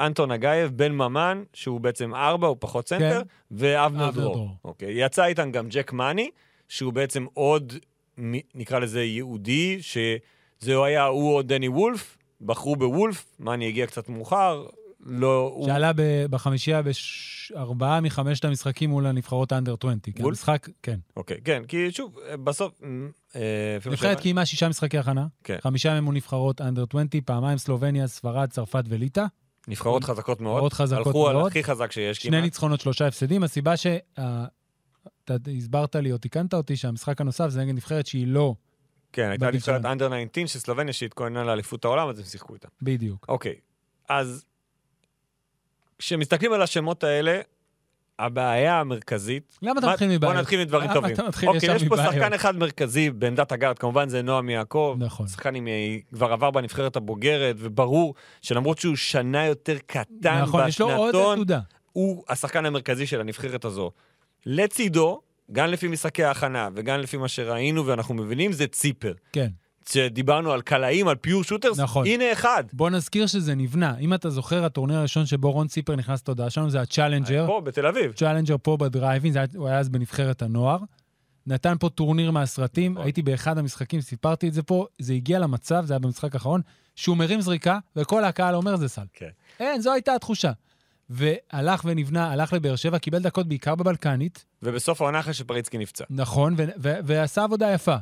S3: אנטון אגייב, בן ממן, שהוא בעצם ארבע, הוא פחות סנטר,
S2: כן.
S3: ואבנר
S2: אבנר
S3: דרור.
S2: דרור.
S3: אוקיי. יצא איתם גם ג'ק מאני, שהוא בעצם עוד, מ- נקרא לזה יהודי, שזהו היה הוא או דני וולף, בחרו בוולף, מאני הגיע קצת מאוחר, לא... הוא-
S2: שעלה ב- בחמישייה בארבעה מחמשת המשחקים מול הנבחרות האנדר 20. כן,
S3: בול?
S2: המשחק, כן.
S3: אוקיי, כן, כי שוב, בסוף... אמ, אה, אפילו
S2: נבחרת
S3: ש-
S2: קיימה שישה משחקי הכנה,
S3: כן.
S2: חמישה מהם מול נבחרות אנדר 20, פעמיים סלובניה, ספרד, צרפת וליטא.
S3: נבחרות חזקות מאוד.
S2: נבחרות חזקות
S3: הלכו על
S2: מאוד.
S3: הכי אה? חזק שיש
S2: שני
S3: כמעט.
S2: ניצחונות, שלושה הפסדים. הסיבה ש... אה, אתה הסברת לי או תיקנת אותי שהמשחק הנוסף זה נגד נבחרת שהיא לא
S3: כן, הייתה
S2: בגיל
S3: נבחרת
S2: שלנו.
S3: אנדר 19 של סלובניה שהתכוננה לאליפות העולם, אז הם שיחקו איתה.
S2: בדיוק.
S3: אוקיי, אז כשמסתכלים על השמות האלה, הבעיה המרכזית...
S2: למה אתה
S3: מה-
S2: מתחיל מבעיות?
S3: בוא נתחיל מדברים
S2: למה
S3: טובים.
S2: אתה מתחיל
S3: אוקיי,
S2: ישר
S3: יש פה
S2: מבעיות?
S3: שחקן אחד מרכזי בעמדת הגארד, כמובן זה נועם יעקב.
S2: נכון.
S3: שחקן עם... אה, כבר עבר בנבחרת הבוגרת, וברור שלמרות שהוא שנה יותר קטן
S2: נכון, יש לו עוד
S3: בשנתון,
S2: עתודה.
S3: הוא השחקן המרכזי של הנבחרת הזו. לצידו, גם לפי משחקי ההכנה וגם לפי מה שראינו ואנחנו מבינים, זה ציפר.
S2: כן.
S3: כשדיברנו על קלעים, על פיור שוטרס,
S2: נכון.
S3: הנה אחד.
S2: בוא נזכיר שזה נבנה. אם אתה זוכר, הטורניר הראשון שבו רון ציפר נכנס לתודעה שלנו זה הצ'אלנג'ר.
S3: פה, בתל אביב.
S2: צ'אלנג'ר פה בדרייבין, זה היה- הוא היה אז בנבחרת הנוער. נתן פה טורניר מהסרטים,
S3: נכון.
S2: הייתי באחד המשחקים, סיפרתי את זה פה, זה הגיע למצב, זה היה במשחק האחרון, שהוא מרים זריקה, וכל הקהל אומר זה סל.
S3: כן.
S2: אין, זו הייתה התחושה. והלך ונבנה, הלך לבאר שבע, קיבל דקות בעיקר בבלקנית,
S3: ובסוף העונה אחרי שפריצקי נפצע.
S2: נכון, ו- ו- ועשה עבודה יפה.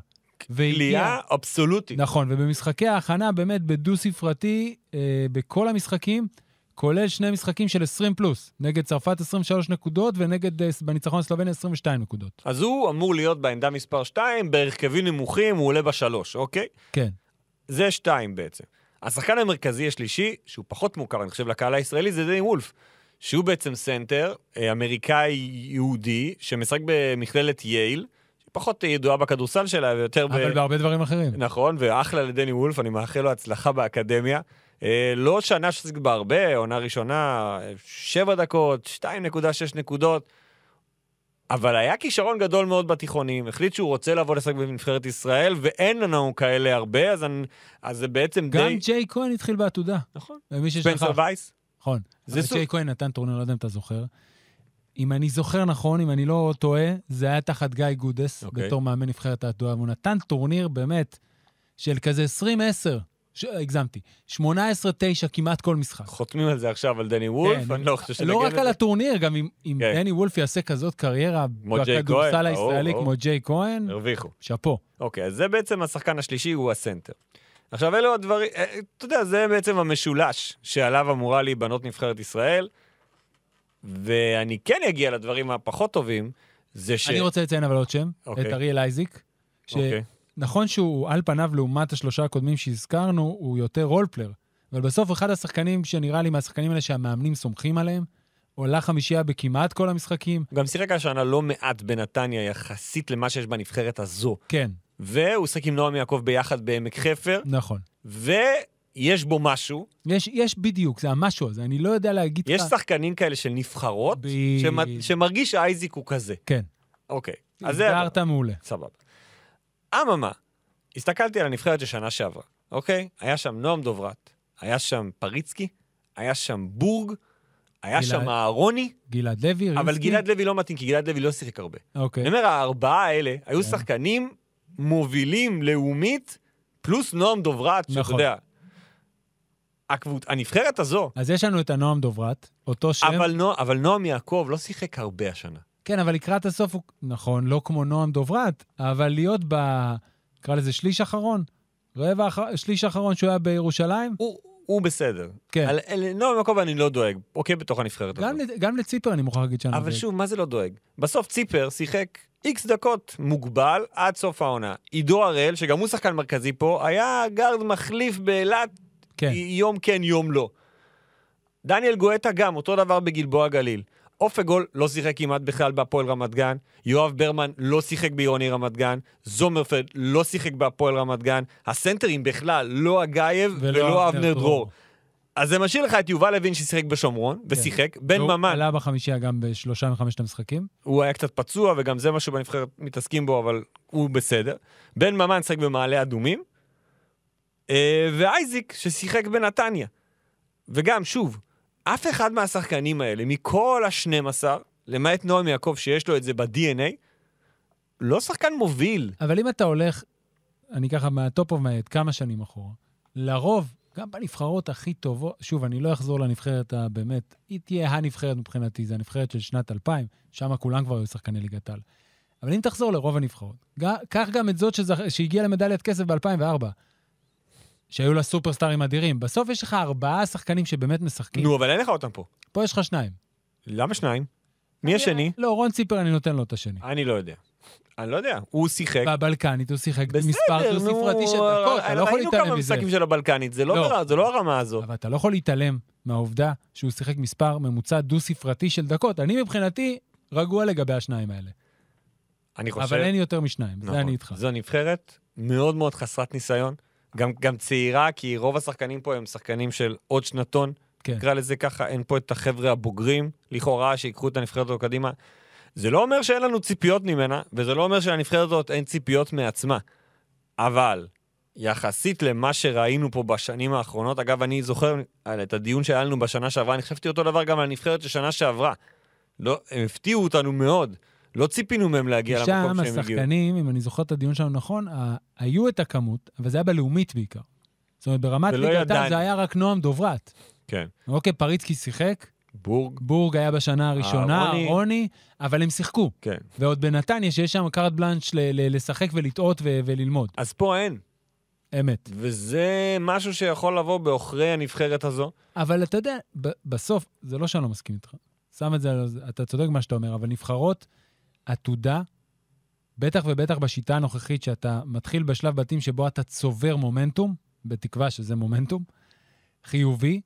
S2: והגיע-
S3: קליעה אבסולוטית.
S2: נכון, ובמשחקי ההכנה באמת בדו-ספרתי, אה, בכל המשחקים, כולל שני משחקים של 20 פלוס, נגד צרפת 23 נקודות ונגד, אה, בניצחון הסלובני 22 נקודות.
S3: אז הוא אמור להיות בעמדה מספר 2, בהרכבים נמוכים, הוא עולה בשלוש, אוקיי?
S2: כן,
S3: זה 2 בעצם. השחקן המרכזי השלישי, שהוא פחות מוכר, אני חושב, לקהל הישראלי, זה דני וולף. שהוא בעצם סנטר, אה, אמריקאי-יהודי, שמשחק במכללת יייל, שפחות אה, ידועה בכדורסל שלה, ויותר ב...
S2: אבל בהרבה דברים אחרים.
S3: נכון, ואחלה לדני וולף, אני מאחל לו הצלחה באקדמיה. אה, לא שנה ששיחק בה הרבה, עונה ראשונה, אה, שבע דקות, 2.6 נקודות, אבל היה כישרון גדול מאוד בתיכונים, החליט שהוא רוצה לבוא לשחק בנבחרת ישראל, ואין לנו כאלה הרבה, אז, אני, אז זה בעצם
S2: גם
S3: די...
S2: ג'יי כהן התחיל בעתודה.
S3: נכון.
S2: ומי ששכח,
S3: ספנסר וייס?
S2: נכון.
S3: זה
S2: אבל
S3: סוג-
S2: ג'יי כהן נתן טורניר, לא יודע אם אתה זוכר. אם אני זוכר נכון, אם אני לא טועה, זה היה תחת גיא גודס,
S3: אוקיי.
S2: בתור מאמן נבחרת התנועה, והוא נתן טורניר באמת של כזה 20-10, ש- הגזמתי, 18-9 כמעט כל משחק.
S3: חותמים על זה עכשיו על דני וולף,
S2: כן.
S3: אני לא חושב שנגן
S2: לא רק
S3: את
S2: על
S3: זה.
S2: הטורניר, גם אם- אם
S3: כן.
S2: דני וולף יעשה כזאת קריירה
S3: כמו ג'יי כהן,
S2: בכדורסל
S3: ברור,
S2: הישראלי
S3: ברור.
S2: כמו ג'יי כהן,
S3: הרוויחו.
S2: שאפו.
S3: אוקיי, אז זה בעצם השחקן השלישי, הוא הסנטר. עכשיו, אלו הדברים, אה, אתה יודע, זה בעצם המשולש שעליו אמורה להיבנות נבחרת ישראל, ואני כן אגיע לדברים הפחות טובים, זה ש...
S2: אני רוצה לציין אבל עוד שם,
S3: אוקיי.
S2: את אריאל אייזיק,
S3: אוקיי.
S2: נכון שהוא על פניו, לעומת השלושה הקודמים שהזכרנו, הוא יותר רולפלר, אבל בסוף אחד השחקנים שנראה לי מהשחקנים האלה שהמאמנים סומכים עליהם, עולה חמישייה בכמעט כל המשחקים.
S3: הוא גם שיחק השנה לא מעט בנתניה יחסית למה שיש בנבחרת הזו.
S2: כן,
S3: והוא שיחק עם נועם יעקב ביחד בעמק חפר,
S2: נכון.
S3: ויש בו משהו.
S2: יש, יש בדיוק, זה המשהו הזה, אני לא יודע להגיד
S3: יש
S2: לך...
S3: שחקנים כאלה של נבחרות,
S2: ב-
S3: שמ- שמרגיש שאייזיק הוא כזה.
S2: כן,
S3: אוקיי. אז זה...
S2: הסגרת מעולה.
S3: סבבה. אממה, הסתכלתי על הנבחרת של שנה שעברה, אוקיי? היה שם נועם דוברת, היה שם פריצקי, היה שם בורג, היה
S2: גלעד-
S3: שם אהרוני,
S2: גלעד לוי, רינסקי.
S3: אבל גלעד לוי לא מתאים, כי גלעד לוי לא שיחק הרבה.
S2: אוקיי,
S3: אני אומר, הארבעה האלה היו
S2: כן.
S3: שחקנים מובילים לאומית, פלוס נועם דוברת, שאתה
S2: נכון.
S3: יודע. הקבוצ- הנבחרת הזו,
S2: אז יש לנו את הנועם דוברת, אותו שם.
S3: אבל נוע- אבל נועם יעקב לא שיחק הרבה השנה.
S2: כן, אבל לקראת הסוף הוא, נכון, לא כמו נועם דוברת, אבל להיות ב... נקרא לזה שליש אחרון, רבע אחרון, שליש אחרון שהוא היה בירושלים,
S3: הוא- הוא בסדר.
S2: כן.
S3: על- על נועם יעקב אני לא דואג, אוקיי, בתוך הנבחרת הזאת.
S2: גם, לת- גם לציפר אני מוכרח להגיד שאני
S3: אבל
S2: דואג.
S3: שוב, מה זה לא דואג? בסוף ציפר שיחק איקס דקות מוגבל עד סוף העונה. עידו הראל, שגם הוא שחקן מרכזי פה, היה גארד מחליף באילת
S2: כן,
S3: י- יום כן, יום לא. דניאל גואטה גם, אותו דבר בגלבוע גליל. אופגול לא שיחק כמעט בכלל בהפועל רמת גן, יואב ברמן לא שיחק בעירוני רמת גן, זומרפלד לא שיחק בהפועל רמת גן, הסנטרים בכלל, לא אגייב ולא, אבנר דרור. אז זה משאיר לך את יובל לוין ששיחק בשומרון, ושיחק, בן
S2: והוא
S3: ממן,
S2: עלה בחמישייה גם בשלושה מחמשת המשחקים.
S3: הוא היה קצת פצוע, וגם זה משהו בנבחרת מתעסקים בו, אבל הוא בסדר. בן ממן שיחק במעלה אדומים, אה, ואייזיק ששיחק בנתניה. וגם, שוב, אף אחד מהשחקנים האלה, מכל ה-12, למעט נועם יעקב, שיש לו את זה ב-DNA, לא שחקן מוביל.
S2: אבל אם אתה הולך, אני ככה מהטופ אוף מהיד, כמה שנים אחורה, לרוב, גם בנבחרות הכי טובות, שוב, אני לא אחזור לנבחרת הבאמת, היא תהיה הנבחרת מבחינתי, זה הנבחרת של שנת 2000, שם כולם כבר היו שחקני ליגת על. אבל אם תחזור לרוב הנבחרות, ג- קח גם את זאת שזכ... שהגיעה למדליית כסף ב-2004, שהיו לה סופרסטארים אדירים. בסוף יש לך ארבעה שחקנים שבאמת משחקים,
S3: נו, אבל אין לך אותם פה.
S2: פה יש לך שניים.
S3: למה שניים? מי השני?
S2: לא, רון ציפר, אני נותן לו את השני.
S3: אני לא יודע. אני לא יודע. הוא שיחק.
S2: בבלקנית הוא שיחק
S3: בסדר, אה,
S2: מספר דו-ספרתי של דקות, אתה לא יכול
S3: ראינו כמה
S2: להתעלם מזה.
S3: משחקים של הבלקנית, זה לא
S2: לא.
S3: ברע, זה לא הרמה הזו.
S2: אבל אתה לא יכול להתעלם מהעובדה שהוא שיחק מספר ממוצע דו-ספרתי של דקות. אני מבחינתי רגוע לגבי השניים האלה.
S3: אני חושב...
S2: אבל אין לי יותר משניים, זה אני איתך.
S3: נכון. זו נבחרת מאוד מאוד חסרת ניסיון, גם, גם צעירה, כי רוב השחקנים פה הם שחקנים של עוד שנתון,
S2: כן.
S3: נקרא לזה ככה, אין פה את החבר'ה הבוגרים, לכאורה, שיקחו את הנבחרת הזאת קדימה. זה לא אומר שאין לנו ציפיות ממנה, וזה לא אומר שלנבחרת הזאת אין ציפיות מעצמה. אבל, יחסית למה שראינו פה בשנים האחרונות, אגב, אני זוכר על- את הדיון שהיה לנו בשנה שעברה, אני חשבתי אותו דבר גם על הנבחרת של שנה שעברה. לא, הם הפתיעו אותנו מאוד. לא ציפינו מהם להגיע למקום שהם
S2: שם
S3: הגיעו.
S2: השחקנים, אם אני זוכר את הדיון שלנו נכון, ה- היו את הכמות, אבל זה היה בלאומית בעיקר. זאת אומרת, ברמת
S3: ולא
S2: ליגת העל
S3: ידענו.
S2: זה היה רק נועם דוברת.
S3: כן.
S2: אוקיי, פריצקי שיחק,
S3: בורג,
S2: בורג היה בשנה הראשונה,
S3: אה, רוני.
S2: רוני, אבל הם שיחקו.
S3: כן.
S2: ועוד בנתניה, שיש שם קארט בלאנץ' ל- ל- לשחק ולטעות ו- וללמוד.
S3: אז פה אין,
S2: אמת.
S3: וזה משהו שיכול לבוא בעוכרי הנבחרת הזו.
S2: אבל אתה יודע, ב- בסוף, זה לא שאני לא מסכים איתך. שם את זה, על- אתה צודק מה שאתה אומר, אבל נבחרות עתודה, בטח ובטח בשיטה הנוכחית, שאתה מתחיל בשלב בתים שבו אתה צובר מומנטום, בתקווה שזה מומנטום, חיובי,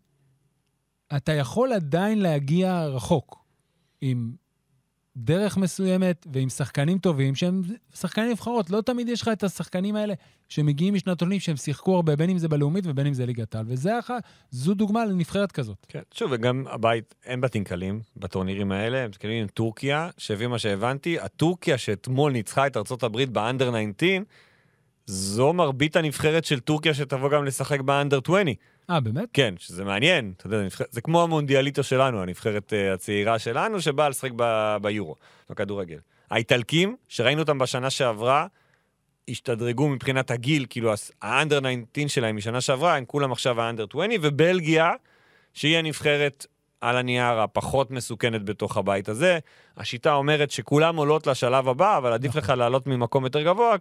S2: אתה יכול עדיין להגיע רחוק עם דרך מסוימת ועם שחקנים טובים, שהם שחקני נבחרות. לא תמיד יש לך את השחקנים האלה שמגיעים משנתונים, שהם שיחקו הרבה, בין אם זה בלאומית ובין אם זה ליגת העל, וזה אחת, זו דוגמה לנבחרת כזאת.
S3: כן. שוב, וגם הבית, אין בתים קלים בטורנירים האלה, הם מתקדמים עם טורקיה, שלפי מה שהבנתי, הטורקיה שאתמול ניצחה את ארצות הברית באנדר 19, זו מרבית הנבחרת של טורקיה שתבוא גם לשחק באנדר 20.
S2: אה, באמת?
S3: כן, שזה מעניין, אתה יודע, נבח... זה כמו המונדיאליטו שלנו, הנבחרת uh, הצעירה שלנו, שבאה לשחק ב... ביורו, בכדורגל. האיטלקים, שראינו אותם בשנה שעברה, השתדרגו מבחינת הגיל, כאילו הס- האנדר 19 שלהם משנה שעברה, הם כולם עכשיו האנדר 20, ובלגיה, שהיא הנבחרת על הנייר הפחות מסוכנת בתוך הבית הזה. השיטה אומרת שכולם עולות לשלב הבא, אבל עדיף לך לעלות ממקום יותר גבוה,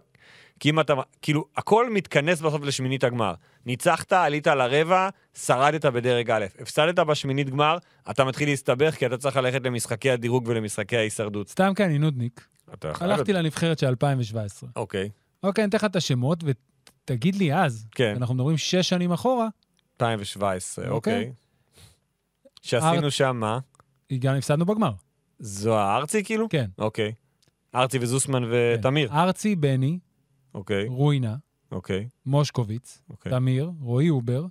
S3: כי אם אתה, כאילו, הכל מתכנס בסוף לשמינית הגמר. ניצחת, עלית לרבע, שרדת בדרג א'. הפסדת בשמינית גמר, אתה מתחיל להסתבך, כי אתה צריך ללכת למשחקי הדירוג ולמשחקי ההישרדות.
S2: סתם כי אני נודניק,
S3: אתה יכול...
S2: הלכתי לנבחרת של 2017.
S3: אוקיי,
S2: אוקיי, אני אתן לך את השמות ותגיד לי אז,
S3: כן.
S2: אנחנו מדברים שש שנים אחורה,
S3: 2017,
S2: אוקיי.
S3: אוקיי. שעשינו שם מה?
S2: גם הפסדנו בגמר.
S3: אה, זו הארצי כאילו?
S2: כן.
S3: אוקיי. ארצי וזוסמן
S2: כן.
S3: ותמיר.
S2: ארצי, בני,
S3: אוקיי,
S2: רוינה,
S3: אוקיי,
S2: מושקוביץ,
S3: אוקיי.
S2: תמיר, רועי אובר,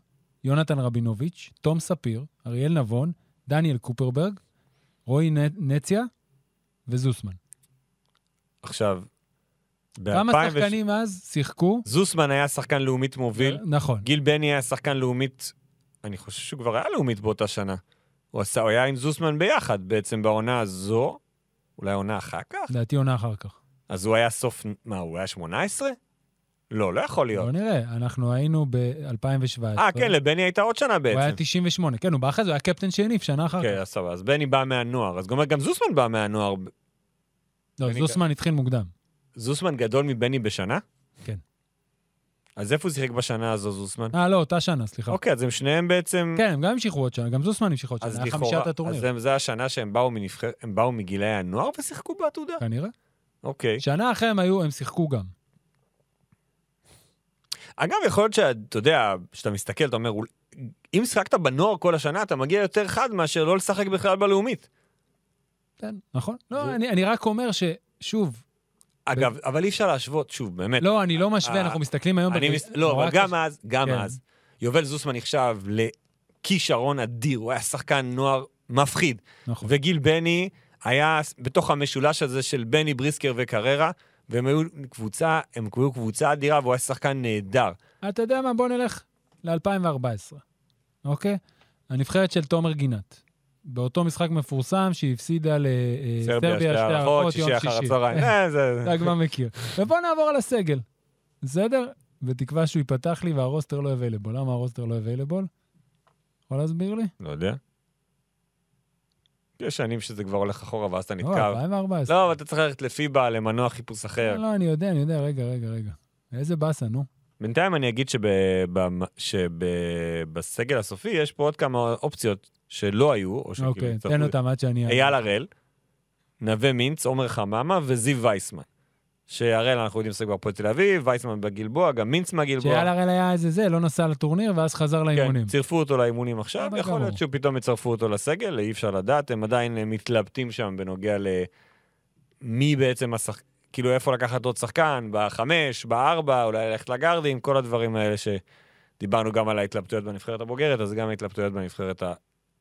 S2: יונתן רבינוביץ', תום ספיר, אריאל נבון, דניאל קופרברג, רועי נ- נציה וזוסמן.
S3: עכשיו,
S2: כמה
S3: ב-2006
S2: שחקנים אז שיחקו?
S3: זוסמן היה שחקן לאומית מוביל,
S2: נכון.
S3: גיל בני היה שחקן לאומית, אני חושב שהוא כבר היה לאומית באותה שנה. הוא עשה- הוא היה עם זוסמן ביחד בעצם בעונה הזו, אולי עונה אחר כך?
S2: לדעתי עונה אחר כך.
S3: אז הוא היה סוף, מה, הוא היה 18? לא, לא יכול להיות.
S2: בוא נראה, אנחנו היינו ב-2017.
S3: אה, כן, לבני הייתה עוד שנה
S2: נכון. הוא היה
S3: בעצם.
S2: 98, כן, הוא בא אחרי זה, הוא היה קפטן שהניף שנה אחר כך.
S3: כן, אז סבבה. אז בני בא מהנוער, אז גם- גם זוסמן בא מהנוער.
S2: לא,
S3: אני-
S2: זוסמן התחיל מוקדם.
S3: זוסמן גדול מבני בשנה?
S2: כן.
S3: אז איפה הוא שיחק בשנה הזו, זוסמן?
S2: אה, לא, אותה שנה, סליחה.
S3: אוקיי, אז הם שניהם בעצם...
S2: כן, הם גם המשיכו עוד שנה, גם זוסמן המשיך עוד שנה,
S3: אז
S2: היה
S3: לכאורה,
S2: חמישיית הטורניר.
S3: אז הם- זה השנה שהם באו, מנבחר, הם באו מגילי הנוער ושיחקו בעתודה?
S2: כנראה.
S3: אוקיי.
S2: שנה אחרי הם היו, הם שיחקו גם.
S3: אגב, יכול להיות שאתה יודע, כשאתה מסתכל, אתה אומר, "אול- אם שיחקת בנוער כל השנה, אתה מגיע יותר חד מאשר לא לשחק בכלל בלאומית.
S2: כן, נכון?
S3: זה-
S2: לא, אני אני רק אומר ששוב,
S3: אגב, אבל אי אפשר להשוות, שוב, באמת.
S2: לא, אני לא משווה,
S3: אה,
S2: אנחנו מסתכלים היום...
S3: אני
S2: בטל-
S3: מס... לא,
S2: נורא
S3: אבל גם
S2: קשה.
S3: אז, גם
S2: כן.
S3: אז, יובל זוסמן נחשב לכישרון אדיר, הוא היה שחקן נוער מפחיד.
S2: נכון.
S3: וגיל בני היה בתוך המשולש הזה של בני בריסקר וקררה, והם היו קבוצה, הם היו קבוצה אדירה והוא היה שחקן נהדר.
S2: אתה יודע מה, בוא נלך ל-2014, אוקיי? הנבחרת של תומר גינת. באותו משחק מפורסם שהיא הפסידה לסרביה, שתי הערכות, יום
S3: שישי
S2: שישי.
S3: אחר הצהריים. אה, זה-
S2: אתה כבר מכיר. ובוא נעבור על הסגל, בסדר? בתקווה שהוא ייפתח לי והרוסטר לא available. למה הרוסטר לא available? יכול להסביר לי?
S3: לא יודע. יש שנים שזה כבר הולך אחורה ואז אתה
S2: לא,
S3: נתקע.
S2: 2014.
S3: לא, אבל אתה צריך ללכת לפיבה, למנוע חיפוש אחר.
S2: לא, אני יודע, אני יודע, רגע, רגע, רגע. איזה באסה, נו.
S3: בינתיים אני אגיד שבסגל הסופי יש פה עוד כמה אופציות שלא היו, או שכאילו...
S2: אוקיי,
S3: יצטרכו-
S2: תן אותם עד שאני...
S3: אייל הראל, נווה מינץ, עומר חממה וזיו וייסמן. שהראל, אנחנו יודעים שזה כבר פה תל אביב, וייסמן בגלבוע, גם מינץ מהגלבוע.
S2: שאייל הראל היה איזה זה, לא נסע לטורניר ואז חזר לאימונים.
S3: כן, צירפו אותו לאימונים עכשיו,
S2: בסדר
S3: יכול
S2: גמור.
S3: להיות שהוא פתאום יצרפו אותו לסגל, אי אפשר לדעת, הם עדיין אה, מתלבטים שם בנוגע למי בעצם השחק... כאילו איפה לקחת עוד שחקן, בחמש, בארבע, אולי ללכת לגארדים, כל הדברים האלה שדיברנו גם על ההתלבטויות בנבחרת הבוגרת, אז גם ההתלבטויות בנבחרת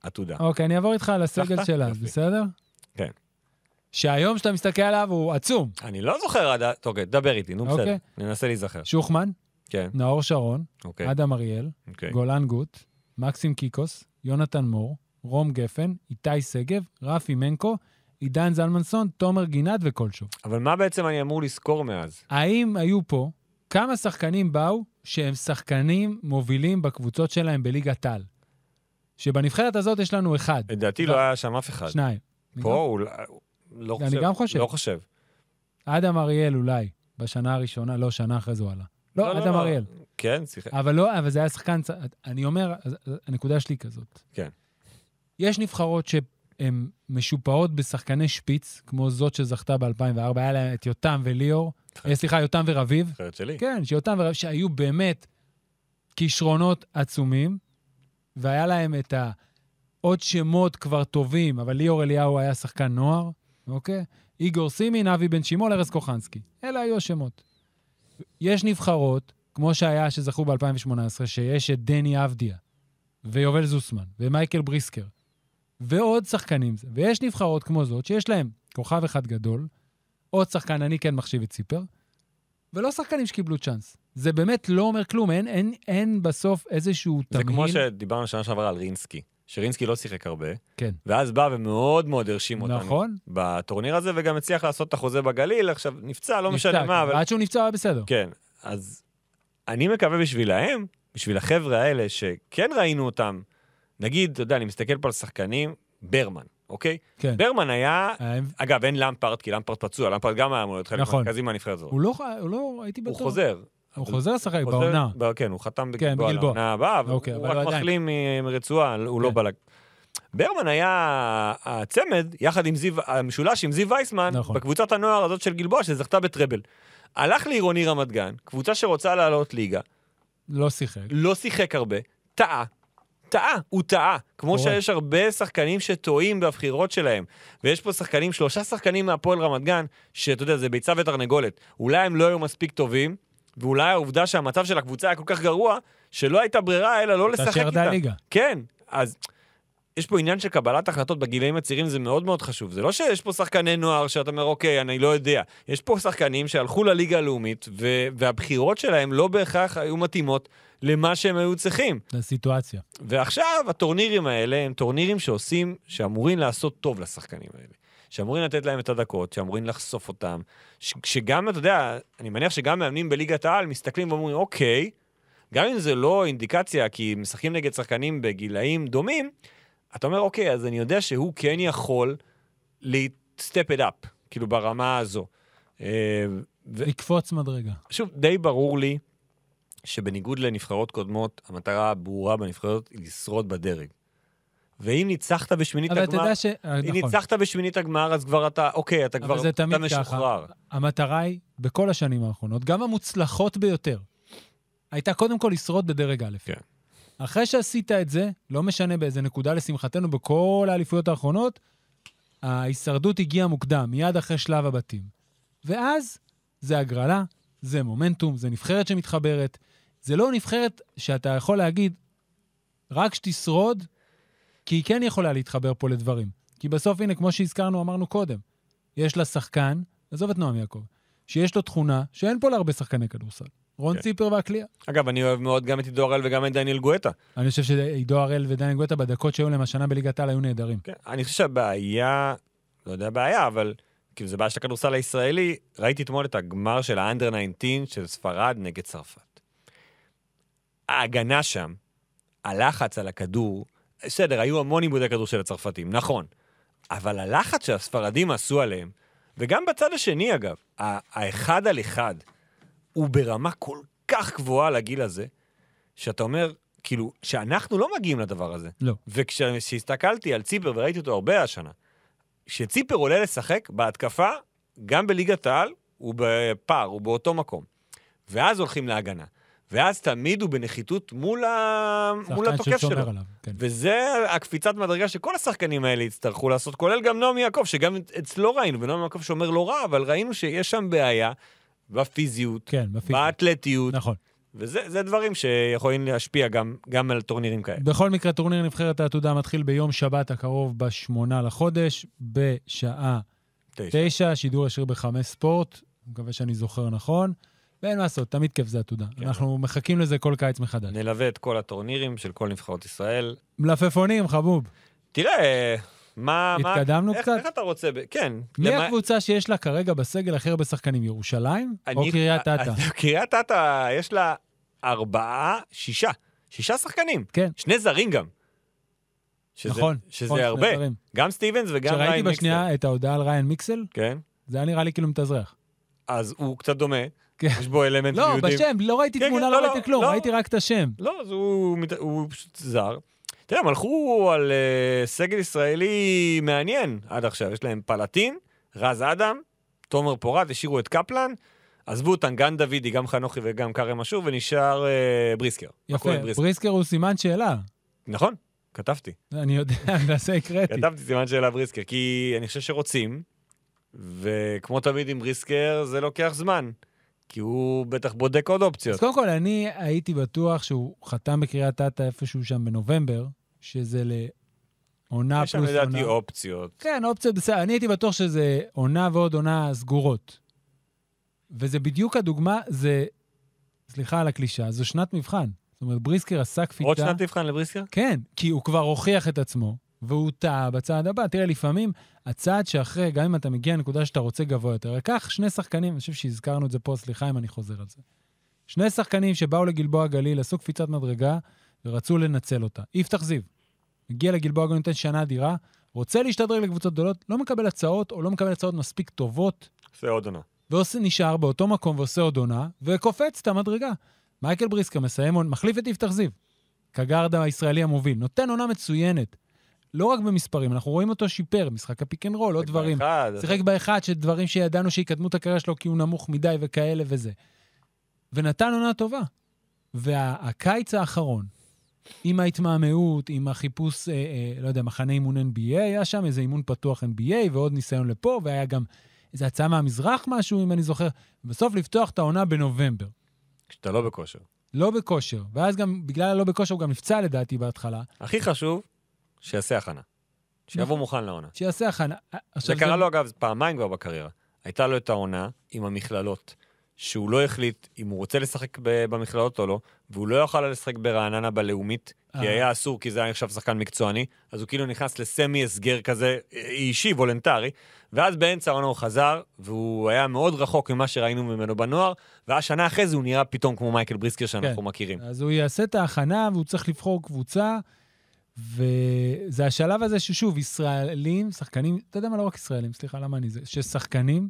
S3: העתודה.
S2: אוקיי, אני אעבור איתך על הסגל
S3: הצלחת?
S2: שלה,
S3: יופי.
S2: בסדר?
S3: כן.
S2: שהיום שאתה מסתכל עליו הוא עצום.
S3: אני לא זוכר עד... ה- אוקיי, דבר איתי, נו בסדר,
S2: אוקיי.
S3: ננסה להיזכר.
S2: שוחמן,
S3: כן,
S2: נאור שרון,
S3: אוקיי,
S2: אדם אריאל,
S3: אוקיי.
S2: גולן גוט, מקסים קיקוס, יונתן מור, רום גפן, איתי שגב, רפי מנקו, עידן זלמנסון, תומר גינת וקולשוב.
S3: אבל מה בעצם אני אמור לזכור מאז?
S2: האם היו פה כמה שחקנים באו שהם שחקנים מובילים בקבוצות שלהם בליגת על? שבנבחרת הזאת יש לנו אחד,
S3: לדעתי
S2: לא.
S3: לא היה שם אף אחד.
S2: שניים.
S3: פה אולי... לא
S2: אני
S3: חושב.
S2: גם חושב.
S3: לא חושב.
S2: אדם אריאל אולי, בשנה הראשונה, לא, שנה אחרי זה הוא עלה.
S3: לא,
S2: לא,
S3: לא,
S2: אדם
S3: לא.
S2: אריאל.
S3: כן, שיחק.
S2: אבל לא, אבל זה היה שחקן, צ- אני אומר, אז- אז הנקודה שלי כזאת.
S3: כן.
S2: יש נבחרות שהן משופעות בשחקני שפיץ, כמו זאת שזכתה ב-2004, היה להם את יותם וליאור,
S3: כן.
S2: אה, סליחה, יותם ורביב.
S3: נבחרת שלי.
S2: כן, שיותם ורביב, שהיו באמת כישרונות עצומים, והיה להם את ה... עוד שמות כבר טובים, אבל ליאור אליהו היה שחקן נוער, אוקיי? איגור סימין, אבי בן שמעון, ארז קוחנסקי. אלה היו השמות. יש נבחרות, כמו שהיה, שזכו ב-2018, שיש את דני אבדיה, ויובל זוסמן, ומייקל בריסקר, ועוד שחקנים. ויש נבחרות כמו זאת, שיש להם כוכב אחד גדול, עוד שחקן, אני כן מחשיב את סיפר, ולא שחקנים שקיבלו צ'אנס. זה באמת לא אומר כלום, אין, אין, אין בסוף איזשהו
S3: זה
S2: תמהיל.
S3: כמו שדיברנו שנה שעברה על רינסקי, שרינסקי לא שיחק הרבה,
S2: כן.
S3: ואז בא ומאוד מאוד הרשים אותנו.
S2: נכון.
S3: בטורניר הזה, וגם הצליח לעשות את החוזה בגליל, עכשיו נפצע, לא משנה
S2: נפצע, כן,
S3: מה, אבל...
S2: עד שהוא נפצע הוא היה בסדר.
S3: כן, אז אני מקווה בשבילהם, בשביל החבר'ה האלה שכן ראינו אותם, נגיד, אתה יודע, אני מסתכל פה על שחקנים, ברמן, אוקיי?
S2: כן.
S3: ברמן היה...
S2: אה,
S3: אגב, אין למפרט, כי למפרט פצוע, למפרט גם היה אמור להיות חלק
S2: נכון.
S3: מרכזי מהנבחרת הזאת.
S2: הוא לא, ח- הוא לא, הייתי בטוח.
S3: הוא חוזר.
S2: הוא
S3: אבל-
S2: חוזר לשחק
S3: חוזר-
S2: בעונה.
S3: ב- כן, הוא חתם בגלבוע
S2: בגלבוע.
S3: לעונה הבאה, אבל
S2: אוקיי,
S3: הוא
S2: אבל
S3: רק
S2: עדיין.
S3: מחלים מ- מרצועה, הוא לא
S2: כן.
S3: בלג. ברמן היה הצמד, יחד עם זיו, המשולש עם זיו וייסמן,
S2: נכון.
S3: בקבוצת הנוער הזאת של גלבוע, שזכתה בטראבל. הלך לעירוני רמת גן, קבוצה שרוצה לעלות ליגה,
S2: לא שיחק.
S3: לא שיחק הרבה, טעה, טעה, הוא טעה. כמו
S2: קורה.
S3: שיש הרבה שחקנים שטועים בבחירות שלהם. ויש פה שחקנים, שלושה שחקנים מהפועל רמת גן, שאתה יודע, זה ביצה ותרנגולת. אולי הם לא היו מספיק טובים, ואולי העובדה שהמצב של הקבוצה היה כל כך גרוע, שלא הייתה ברירה אלא לא לשחק
S2: שירדה
S3: איתה.
S2: ליגה.
S3: כן, אז יש פה עניין של קבלת החלטות בגילאים הצעירים, זה מאוד מאוד חשוב. זה לא שיש פה שחקני נוער שאתה אומר, אוקיי, אני לא יודע. יש פה שחקנים שהלכו לליגה הלאומית, ו- והבחירות שלהם לא בהכרח היו מתאימות למה שהם היו צריכים.
S2: לסיטואציה.
S3: ועכשיו, הטורנירים האלה הם טורנירים שעושים, שאמורים לעשות טוב לשחקנים האלה. שאמורים לתת להם את הדקות, שאמורים לחשוף אותם. ש- שגם, אתה יודע, אני מניח שגם מאמנים בליגת העל מסתכלים ואומרים, אוקיי, גם אם זה לא אינדיקציה, כי משחקים נגד שחקנים בגילאים דומים, אתה אומר, אוקיי, אז אני יודע שהוא כן יכול ל-step it up, כאילו ברמה הזו. אה, ו-
S2: לקפוץ מדרגה.
S3: שוב, די ברור לי שבניגוד לנבחרות קודמות, המטרה הברורה בנבחרות היא לשרוד בדרג. ואם ניצחת בשמינית
S2: אבל אתה
S3: הגמר,
S2: יודע ש...
S3: אם
S2: נכון.
S3: ניצחת בשמינית הגמר, אז כבר אתה, אוקיי, אתה
S2: אבל
S3: כבר,
S2: זה
S3: אתה
S2: תמיד ככה.
S3: משוחרר.
S2: המטרה היא, בכל השנים האחרונות, גם המוצלחות ביותר, הייתה קודם כל לשרוד בדרג א'.
S3: כן.
S2: אחרי שעשית את זה, לא משנה באיזה נקודה, לשמחתנו, בכל האליפויות האחרונות, ההישרדות הגיעה מוקדם, מיד אחרי שלב הבתים. ואז זה הגרלה, זה מומנטום, זה נבחרת שמתחברת. זה לא נבחרת שאתה יכול להגיד, רק שתשרוד, כי היא כן יכולה להתחבר פה לדברים. כי בסוף, הנה, כמו שהזכרנו, אמרנו קודם, יש לה שחקן, עזוב את נועם יעקב, שיש לו תכונה שאין פה להרבה שחקני כדורסל. רון
S3: כן.
S2: ציפר והקליעה.
S3: אגב, אני אוהב מאוד גם את עידו הראל וגם את דניאל גואטה.
S2: אני חושב שעידו הראל ודני גואטה, בדקות שהיו להם השנה בליגת העל, היו נהדרים.
S3: כן, אני חושב שהבעיה, לא יודע בעיה, אבל כאילו זה בעיה של הכדורסל הישראלי, ראיתי אתמול את הגמר של האנדר 19 של ספרד נגד צרפת. ההגנה שם, הלחץ על הכדור, בסדר, היו המון עיבודי כדור של הצרפתים, נכון, אבל הלחץ שהספרדים עשו עליהם, וגם בצד השני אגב, ה- האחד על אחד, הוא ברמה כל כך גבוהה לגיל הזה, שאתה אומר, כאילו, שאנחנו לא מגיעים לדבר הזה.
S2: לא.
S3: וכשהסתכלתי על ציפר, וראיתי אותו הרבה השנה, כשציפר עולה לשחק בהתקפה, גם בליגת העל, הוא בפער, הוא באותו מקום. ואז הולכים להגנה. ואז תמיד הוא בנחיתות מול, ה... מול התוקף
S2: ששומר
S3: שלו.
S2: עליו, כן.
S3: וזה הקפיצת מדרגה שכל השחקנים האלה יצטרכו לעשות, כולל גם נעמי יעקב, שגם אצלו ראינו, ונעמי יעקב שאומר לא רע, אבל ראינו שיש שם בעיה בפיזיות,
S2: כן, בפיק.
S3: באתלטיות,
S2: נכון.
S3: וזה זה דברים שיכולים להשפיע גם, גם על טורנירים כאלה.
S2: בכל מקרה, טורניר נבחרת העתודה מתחיל ביום שבת הקרוב, בשמונה לחודש, בשעה
S3: תשע.
S2: תשע, שידור ישיר בחמש ספורט, מקווה שאני זוכר נכון. ואין מה לעשות, תמיד כיף זה עתודה.
S3: כן.
S2: אנחנו מחכים לזה כל קיץ מחדש.
S3: נלווה את כל הטורנירים של כל נבחרות ישראל.
S2: מלפפונים, חבוב.
S3: תראה, מה... מה-
S2: התקדמנו
S3: איך,
S2: קצת?
S3: איך אתה רוצה? ב... כן.
S2: מי הקבוצה שיש לה כרגע בסגל הכי הרבה שחקנים, ירושלים או
S3: אני- אה,
S2: קריית אתא?
S3: אז קריית אתא, יש לה ארבעה, שישה. שישה שחקנים.
S2: כן.
S3: שני זרים גם. שזה,
S2: נכון,
S3: שזה
S2: נכון, שני
S3: הרבה.
S2: זרים.
S3: גם סטיבנס וגם ריין
S2: כשראיתי
S3: מיקסר.
S2: בשנייה את ההודעה על ריין מיקסל,
S3: כן.
S2: זה היה נראה לי כאילו מתאזרח.
S3: אז הוא קצת דומה.
S2: כן.
S3: יש בו אלמנטים
S2: לא,
S3: יהודים.
S2: בשם, לא ראיתי
S3: כן, כן,
S2: תמונה,
S3: לא,
S2: לא
S3: לא,
S2: ראיתי כלום,
S3: לא.
S2: ראיתי רק את השם.
S3: לא, אז הוא, מת- הוא פשוט זר. תראה, הם הלכו על uh, סגל ישראלי מעניין עד עכשיו. יש להם פלטין, רז אדם, תומר פורת, השאירו את קפלן, עזבו אותם גם דוידי, גם חנוכי וגם כרם אשור, ונשאר uh, בריסקר. מה
S2: יפה,
S3: קורה עם בריסקר?
S2: בריסקר הוא סימן שאלה.
S3: נכון, כתבתי.
S2: אני יודע, בגלל זה הקראתי.
S3: כתבתי סימן שאלה בריסקר, כי אני חושב שרוצים, וכמו תמיד עם בריסקר, זה לוקח זמן, כי הוא בטח בודק עוד
S2: אז
S3: אופציות.
S2: קודם כל, אני הייתי בטוח שהוא חתם בקריית אתא איפשהו שם בנובמבר, שזה לעונה
S3: יש שם
S2: פלוס
S3: לדעתי
S2: עונה.
S3: אופציות.
S2: כן, אופציות בסדר. אני הייתי בטוח שזה עונה ועוד עונה סגורות. וזה בדיוק הדוגמה, זה, סליחה על הקלישאה, זו שנת מבחן. זאת אומרת, בריסקר עשה קפיצה...
S3: עוד שנת מבחן לבריסקר?
S2: כן, כי הוא כבר הוכיח את עצמו, והוא טעה בצעד הבא. תראה, לפעמים הצעד שאחרי, גם אם אתה מגיע לנקודה שאתה רוצה גבוה יותר, הרי קח שני שחקנים, אני חושב שהזכרנו את זה פה, סליחה אם אני חוזר על זה. שני שחקנים שבאו לגלבוע גליל, עשו קפיצת מדרגה ורצו לנצל אותה. יפתח זיו, מגיע לגלבוע גליל, נותן שנה אדירה, רוצה להשתדרג לקבוצות גדולות, לא מקבל הצעות, או לא מקבל הצעות מספיק טובות,
S3: זה עוד עונה.
S2: ונשאר באותו מקום ועושה עוד עונה, וקופץ את המדרגה. מייקל בריסקר מסיים, עונה- מחליף את יפתח זיו, כגארד הישראלי המוביל. נותן עונה מצוינת. לא רק במספרים, אנחנו רואים אותו שיפר, משחק הפיק אנד רול, עוד דברים.
S3: אחד,
S2: שיחק באחד, שדברים שידענו שיקדמו את הקריירה שלו כי הוא נמוך מדי וכאלה וזה. ונתן עונה טובה. והקיץ האחרון, עם ההתמהמהות, עם החיפוש, אה, אה, לא יודע, מחנה אימון NBA היה שם, איזה אימון פתוח NBA ועוד ניסיון לפה, והיה גם איזה הצעה מהמזרח משהו, אם אני זוכר. בסוף לפתוח את העונה בנובמבר,
S3: כשאתה לא בכושר.
S2: לא בכושר. ואז גם, בגלל הלא בכושר, הוא גם נפצע לדעתי בהתחלה,
S3: הכי חשוב, שיעשה הכנה. שיבוא מוכן לעונה.
S2: שיעשה הכנה. אה,
S3: זה
S2: נכון. עכשיו,
S3: קרה לו, אגב, פעמיים כבר בקריירה. הייתה לו את העונה עם המכללות, שהוא לא החליט אם הוא רוצה לשחק ב- במכללות או לא, והוא לא יכל לשחק ברעננה בלאומית,
S2: אה.
S3: כי היה אסור, כי זה היה נחשב שחקן מקצועני, אז הוא כאילו נכנס לסמי הסגר כזה אה, אישי, וולנטרי, ואז באמצע העונה הוא חזר, והוא היה מאוד רחוק ממה שראינו ממנו בנוער, ואז שנה אחרי זה הוא נראה פתאום כמו מייקל בריסקר שאנחנו
S2: כן.
S3: מכירים.
S2: אז הוא יעשה את ההכנה והוא צריך לבחור קבוצה, וזה השלב הזה ששוב, ישראלים, שחקנים, אתה יודע מה, לא רק ישראלים, סליחה, למה אני זה? ששחקנים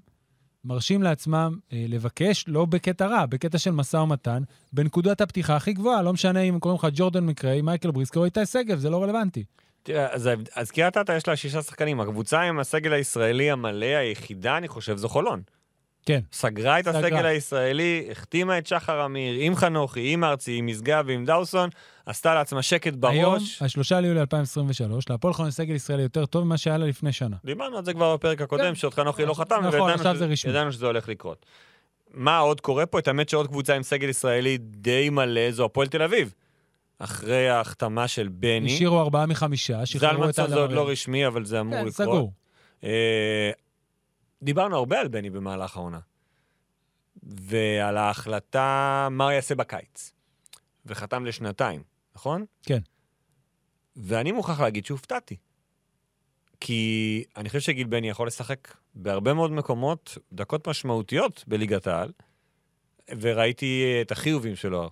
S2: מרשים לעצמם אה, לבקש, לא בקטע רע, בקטע של משא ומתן, בנקודת הפתיחה הכי גבוהה, לא משנה אם קוראים לך ג'ורדן מקראי, מייקל בריסקר או איתי שגב, זה לא רלוונטי.
S3: תראה, אז, ההבד- אז קריית אתא יש לה שישה שחקנים. הקבוצה עם הסגל הישראלי המלא היחידה, אני חושב, זו חולון.
S2: כן.
S3: סגרה את
S2: סגרה.
S3: הסגל הישראלי, החתימה את שחר אמיר, עם חנוכי, עם ארצי, עם משגב ועם דאוסון, עשתה לעצמה שקט
S2: היום,
S3: בראש.
S2: השלושה ליולי 2023, להפועל חולון יש סגל ישראלי יותר טוב ממה שהיה לה לפני שנה.
S3: דיברנו על זה כבר בפרק
S2: כן.
S3: הקודם, שעוד חנוכי לא
S2: נכון,
S3: חתם,
S2: עכשיו זה
S3: וידענו שזה-
S2: רשמי.
S3: ידענו שזה הולך לקרות. מה עוד קורה פה? את האמת שעוד קבוצה עם סגל ישראלי די מלא זו הפועל תל אביב. אחרי ההחתמה של בני,
S2: השאירו ארבעה מחמישה, שחררו
S3: זלמן
S2: את
S3: זה
S2: אדם
S3: עוד
S2: הראל.
S3: לא רשמי, אבל זה אמור
S2: כן,
S3: לקרות.
S2: סגור.
S3: אה, דיברנו הרבה על בני במהלך העונה, ועל ההחלטה מה הוא יעשה בקיץ, וחתם לשנתיים, נכון?
S2: כן.
S3: ואני מוכרח להגיד שהופתעתי, כי אני חושב שגיל בני יכול לשחק בהרבה מאוד מקומות, דקות משמעותיות בליגת העל, וראיתי את החיובים שלו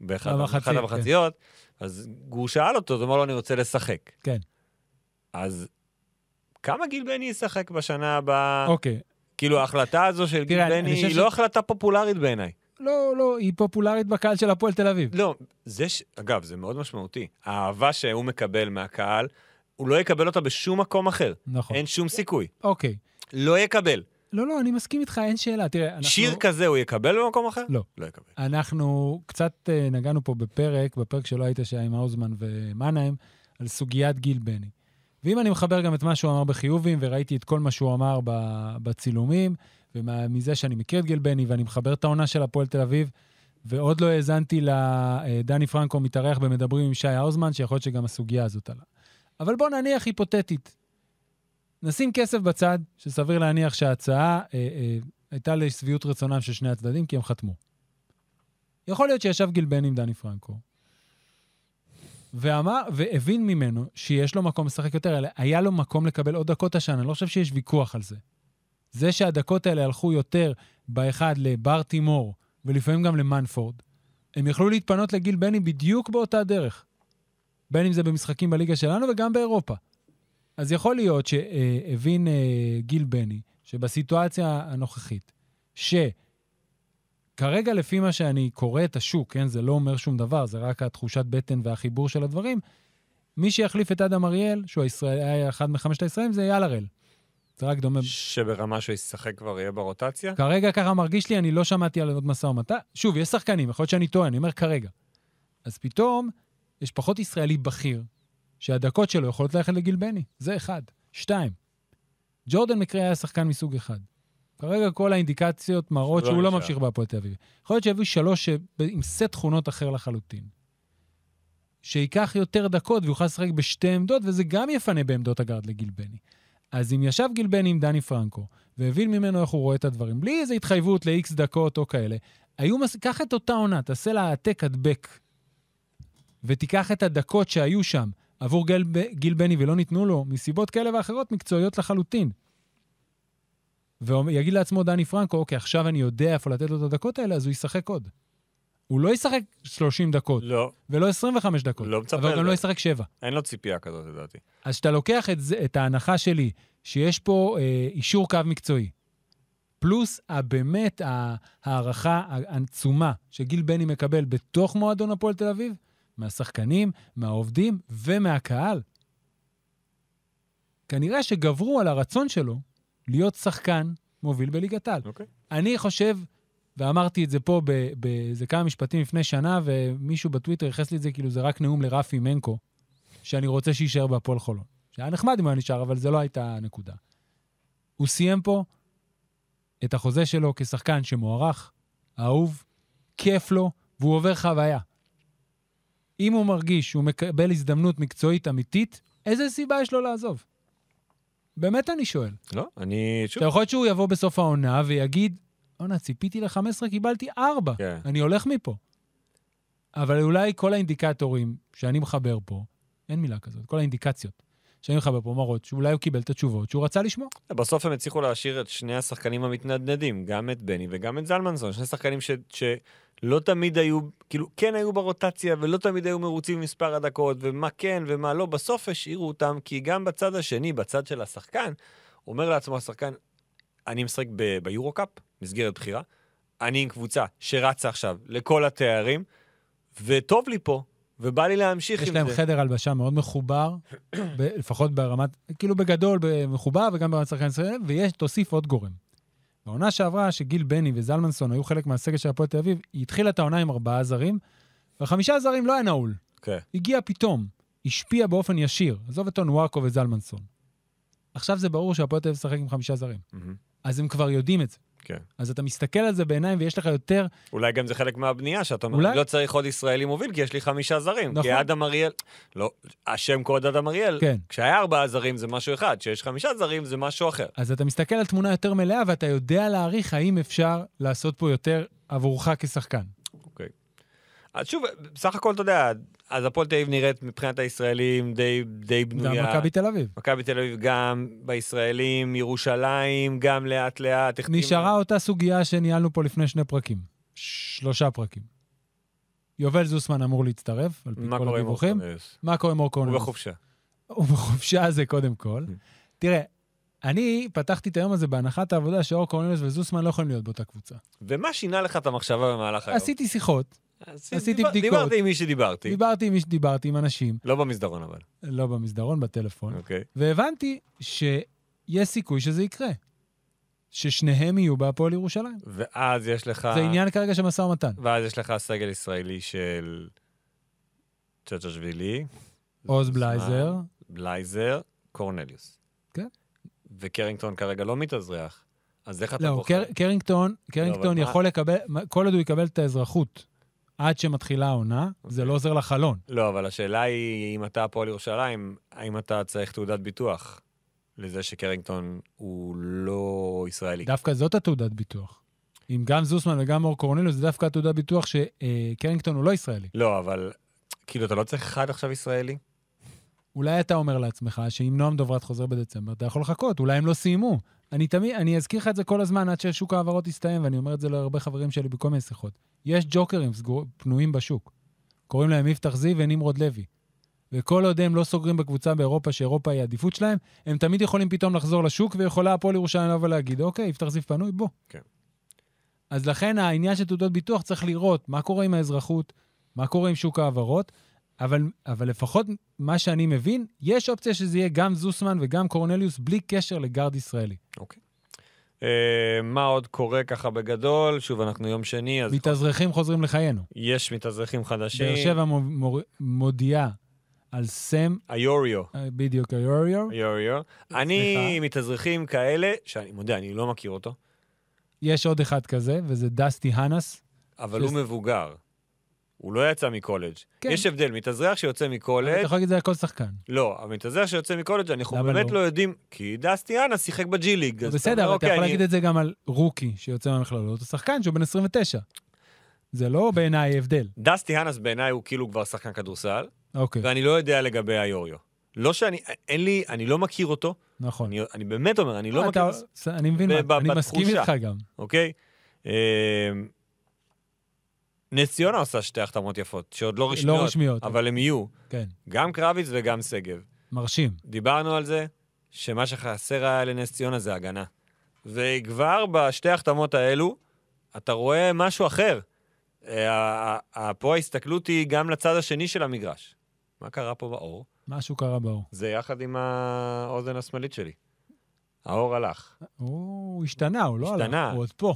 S3: באחת
S2: במחצית, כן.
S3: באחת המחציות, אז גור שאל אותו, אז הוא אמר לו, אני רוצה לשחק.
S2: כן.
S3: אז כמה גיל בני ישחק בשנה הבאה?
S2: אוקיי,
S3: כאילו, ההחלטה הזו של גיל
S2: תראה, אני-
S3: בני
S2: אני חושב
S3: היא
S2: ש-
S3: לא החלטה פופולרית בעיניי.
S2: לא, לא, היא פופולרית בקהל של הפועל תל אביב.
S3: לא, זה ש... אגב, זה מאוד משמעותי. האהבה שהוא מקבל מהקהל, הוא לא יקבל אותה בשום מקום אחר.
S2: נכון.
S3: אין שום סיכוי.
S2: אוקיי.
S3: לא יקבל.
S2: לא, לא, אני מסכים איתך, אין שאלה. תראה, אנחנו...
S3: שיר כזה הוא יקבל במקום אחר?
S2: לא.
S3: לא יקבל.
S2: אנחנו קצת אה, נגענו פה בפרק, בפרק שלא היית, שהיה עם האוזמן ומנהיים, על סוגיית גיל בני. ואם אני מחבר גם את מה שהוא אמר בחיובים, וראיתי את כל מה שהוא אמר ב- בצילומים, ומזה שאני מכיר את גיל בני, ואני מחבר את העונה של הפועל תל אביב, ועוד לא האזנתי לדני פרנקו מתארח במדברים עם שי האוזמן, שיכול להיות שגם הסוגיה הזאת עלה. אבל בוא נניח היפותטית. נשים כסף בצד, שסביר להניח שההצעה אה, אה, הייתה לשביעות רצונם של שני הצדדים, כי הם חתמו. יכול להיות שישב גיל בן עם דני פרנקו, ואמר, והבין ממנו שיש לו מקום לשחק יותר, אלא היה לו מקום לקבל עוד דקות השנה, אני לא חושב שיש ויכוח על זה. זה שהדקות האלה הלכו יותר באחד לבר תימור, ולפעמים גם למנפורד, הם יכלו להתפנות לגיל בני בדיוק באותה דרך. בין אם זה במשחקים בליגה שלנו וגם באירופה. אז יכול להיות שהבין אה, גיל בני, שבסיטואציה הנוכחית, ש... כרגע, לפי מה שאני קורא את השוק, כן, זה לא אומר שום דבר, זה רק התחושת בטן והחיבור של הדברים, מי שיחליף את אדם אריאל, שהוא הישראל, היה אחד מחמשת הישראלים, זה אייל הראל. זה רק דומה.
S3: שברמה שהוא ישחק כבר יהיה ברוטציה?
S2: כרגע ככה מרגיש לי, אני לא שמעתי על עוד משא ומתן. שוב, יש שחקנים, יכול להיות שאני טועה, אני אומר כרגע. אז פתאום, יש פחות ישראלי בכיר, שהדקות שלו יכולות ללכת לגיל בני. זה אחד. שתיים, ג'ורדן מקרי היה שחקן מסוג אחד. כרגע כל האינדיקציות מראות
S3: שהוא
S2: שהוא
S3: לא
S2: לא
S3: נשאר.
S2: ממשיך בהפועל תל אביב. יכול להיות שיביאו שלוש שב- עם סט תכונות אחר לחלוטין. שייקח יותר דקות ויוכל לשחק בשתי עמדות, וזה גם יפנה בעמדות הגארד לגיל בני. אז אם ישב גיל בני עם דני פרנקו, והבין ממנו איך הוא רואה את הדברים, בלי איזו התחייבות ל-X דקות או כאלה, היו מס... קח את אותה עונה, תעשה לה העתק הדבק, ותיקח את הדקות שהיו שם עבור גיל, ב... גיל בני ולא ניתנו לו, מסיבות כאלה ואחרות, מקצועיות לחלוטין. ויגיד לעצמו דני פרנקו, אוקיי, עכשיו אני יודע איפה לתת לו את הדקות האלה, אז הוא ישחק עוד. הוא לא ישחק 30 דקות,
S3: לא,
S2: ולא 25 דקות.
S3: לא מצפה
S2: אבל גם
S3: לזה.
S2: לא ישחק 7.
S3: אין לו ציפייה כזאת לדעתי.
S2: אז כשאתה לוקח את, זה, את ההנחה שלי, שיש פה אה, אישור קו מקצועי, פלוס הבאמת ה- ההערכה העצומה שגיל בני מקבל בתוך מועדון הפועל תל אביב, מהשחקנים, מהעובדים ומהקהל, כנראה שגברו על הרצון שלו להיות שחקן מוביל בליגת העל.
S3: אוקיי.
S2: אני חושב ואמרתי את זה פה ב- באיזה כמה משפטים לפני שנה, ומישהו בטוויטר ייחס לי את זה כאילו זה רק נאום לרפי מנקו, שאני רוצה שיישאר בהפועל חולון. שהיה נחמד אם הוא היה נשאר, אבל זה לא הייתה הנקודה. הוא סיים פה את החוזה שלו כשחקן שמוערך, אהוב, כיף לו, והוא עובר חוויה. אם הוא מרגיש שהוא מקבל הזדמנות מקצועית אמיתית, איזה סיבה יש לו לעזוב? באמת אני שואל.
S3: לא, אני... שוב,
S2: עכשיו, יכול להיות שהוא יבוא בסוף העונה ויגיד, עונה, ציפיתי ל-15, קיבלתי 4,
S3: כן.
S2: אני הולך מפה. אבל אולי כל האינדיקטורים שאני מחבר פה, אין מילה כזאת, כל האינדיקציות שאני מחבר פה מראות שאולי הוא קיבל את התשובות שהוא רצה לשמוע.
S3: בסוף הם הצליחו להשאיר את שני השחקנים המתנדנדים, גם את בני וגם את זלמנסון, שני שחקנים ש... שלא תמיד היו, כאילו, כן היו ברוטציה, ולא תמיד היו מרוצים ממספר הדקות, ומה כן ומה לא, בסוף השאירו אותם, כי גם בצד השני, בצד של השחקן, אומר לעצמו השחקן, אני משחק ב- ביורו-קאפ, מסגרת בחירה, אני עם קבוצה שרצה עכשיו לכל התארים, וטוב לי פה, ובא לי להמשיך
S2: יש
S3: עם
S2: להם
S3: זה.
S2: חדר הלבשה מאוד מחובר, ב- לפחות ברמת, כאילו בגדול ב- מחובר וגם ברמת שחקן ישראל, ויש, תוסיף עוד גורם. בעונה שעברה, שגיל בני וזלמנסון היו חלק מהסגל של הפועל תל אביב, היא התחילה את העונה עם ארבעה זרים, וחמישה זרים לא היה נעול.
S3: כן.
S2: הגיע פתאום, השפיע באופן ישיר. עזוב את אונואקו וזלמנסון. עכשיו זה ברור שהפועל תל אביב משחק עם חמישה זרים.
S3: מהמם.
S2: אז הם כבר יודעים את זה.
S3: כן.
S2: אז אתה מסתכל על זה בעיניים ויש לך יותר...
S3: אולי גם זה חלק מהבנייה, שאתה אומר,
S2: אולי.
S3: אני לא צריך עוד ישראלי מוביל, כי יש לי חמישה זרים.
S2: נכון.
S3: כי אדם אריאל, לא, השם קוד אדם אריאל,
S2: כן.
S3: כשהיה ארבעה זרים זה משהו אחד, כשיש חמישה זרים זה משהו אחר.
S2: אז אתה מסתכל על תמונה יותר מלאה ואתה יודע להעריך האם אפשר לעשות פה יותר עבורך כשחקן.
S3: אוקיי. אז שוב, בסך הכל, אתה יודע, אז הפועל תל אביב נראית מבחינת הישראלים די, די
S2: גם
S3: בנויה.
S2: מכבי תל אביב.
S3: מכבי תל אביב גם בישראלים, ירושלים, גם לאט-לאט. החתימה-
S2: נשארה אותה סוגיה שניהלנו פה לפני שני פרקים. שלושה פרקים. יובל זוסמן אמור להצטרף, על פי
S3: מה
S2: כל
S3: קורה עם
S2: הדיווחים.
S3: אורקונס?
S2: מה קורה עם אור
S3: הוא
S2: קונוס?
S3: בחופשה.
S2: הוא בחופשה הזה קודם כל.
S3: Mm.
S2: תראה, אני פתחתי את היום הזה בהנחת העבודה שאור קורנליוס וזוסמן לא יכולים להיות באותה קבוצה.
S3: ומה שינה לך את המחשבה במהלך היום?
S2: עשיתי שיחות,
S3: אז
S2: עשיתי
S3: דיבר-
S2: בדיקות.
S3: דיברתי עם מי שדיברתי.
S2: דיברתי עם מי שדיברתי, עם אנשים,
S3: לא במסדרון אבל,
S2: לא במסדרון, בטלפון,
S3: אוקיי.
S2: והבנתי שיש סיכוי שזה יקרה. ששניהם יהיו בהפועל ירושלים.
S3: ואז יש לך...
S2: זה עניין כרגע של משא ומתן.
S3: ואז יש לך סגל ישראלי של צ'צ'שווילי,
S2: עוז
S3: זוסמן.
S2: בלייזר,
S3: בלייזר, קורנליוס.
S2: כן.
S3: וקרינגטון כרגע לא מתאזרח, אז איך אתה
S2: לא,
S3: בוחר?
S2: קר- קרינגטון, קרינגטון
S3: מה-
S2: יכול לקבל, כל עוד הוא יקבל את האזרחות עד שמתחילה העונה, זה לא עוזר לחלון.
S3: לא, אבל השאלה היא, אם אתה הפועל ירושלים, האם אתה צריך תעודת ביטוח לזה שקרינגטון הוא לא ישראלי?
S2: דווקא זאת התעודת ביטוח. אם גם זוסמן וגם אור קורנליוס, זה דווקא התעודת ביטוח שקרינגטון הוא לא ישראלי.
S3: לא, אבל כאילו, אתה לא צריך אחד עכשיו ישראלי?
S2: אולי אתה אומר לעצמך שאם נועם דוברת חוזר בדצמבר, אתה יכול לחכות, אולי הם לא סיימו. אני תמיד, אני אזכיר לך את זה כל הזמן עד ששוק ההעברות יסתיים, ואני אומר את זה להרבה חברים שלי בכל מיני שיחות. יש ג'וקרים סגור, פנויים בשוק. קוראים להם יפתח זיו ונמרוד לוי. וכל עוד הם לא סוגרים בקבוצה באירופה, שאירופה היא העדיפות שלהם, הם תמיד יכולים פתאום לחזור לשוק, ויכולה הפועל ירושלים לבוא ולהגיד, אוקיי, יפתח זיו פנוי, בוא.
S3: כן.
S2: אז לכן העניין של תעודות ביטוח צריך לראות מה קורה עם האזרחות, מה קורה עם שוק ההעברות, אבל, אבל לפחות מה שאני מבין, יש אופציה שזה יהיה גם זוסמן וגם קורנליוס בלי קשר לגארד ישראלי.
S3: אה, מה עוד קורה ככה בגדול? שוב, אנחנו יום שני, אז
S2: מתאזרחים חוזרים לחיינו.
S3: יש מתאזרחים חדשים.
S2: באר שבע מו- מור- מודיעה על סם,
S3: איוריו.
S2: אה, בדיוק היוריור.
S3: יו יו. אני מתאזרחים כאלה, שאני מודה, אני לא מכיר אותו,
S2: יש עוד אחד כזה, וזה דסטי האנס.
S3: אבל
S2: שזה-
S3: הוא מבוגר. הוא לא יצא מקולג'.
S2: כן.
S3: יש הבדל, מתאזרח שיוצא
S2: אתה
S3: מקולג',
S2: יכול להגיד את זה על כל שחקן.
S3: לא, המתאזרח שיוצא מקולג', אנחנו
S2: למה
S3: באמת
S2: לא?
S3: לא יודעים, כי דסטי אנה שיחק בג'י ליג. אז
S2: בסדר, אבל אתה
S3: אוקיי,
S2: יכול
S3: אני-
S2: להגיד את זה גם על רוקי שיוצא מהמכללות, או שחקן שהוא בן 29. זה לא בעיניי הבדל.
S3: דסטי האנס בעיניי הוא כאילו כבר שחקן כדורסל,
S2: אוקיי,
S3: ואני לא יודע לגבי היוריו. לא שאני, אין לי, אני לא מכיר אותו,
S2: נכון.
S3: אני- אני באמת אומר, אני
S2: אה,
S3: לא מכיר,
S2: אתה- ס- אני מבין,
S3: ב-
S2: מה-
S3: ב-
S2: אני מסכים
S3: בתחושה.
S2: איתך גם.
S3: אוקיי? אמ, נס ציונה עושה שתי החתמות יפות, שעוד לא
S2: לא
S3: רשמיות,
S2: רשמיות,
S3: אבל הם יהיו.
S2: כן.
S3: גם קרביץ וגם שגב.
S2: מרשים.
S3: דיברנו על זה, שמה שחסר היה לנס ציונה זה הגנה. וכבר בשתי ההחתמות האלו, אתה רואה משהו אחר. אה, ה- ה- פה ההסתכלות היא גם לצד השני של המגרש. מה קרה פה באור?
S2: משהו קרה באור.
S3: זה יחד עם האוזן השמאלית שלי. האור הלך.
S2: הוא השתנה, הוא לא
S3: השתנה.
S2: הלך, הוא עוד פה.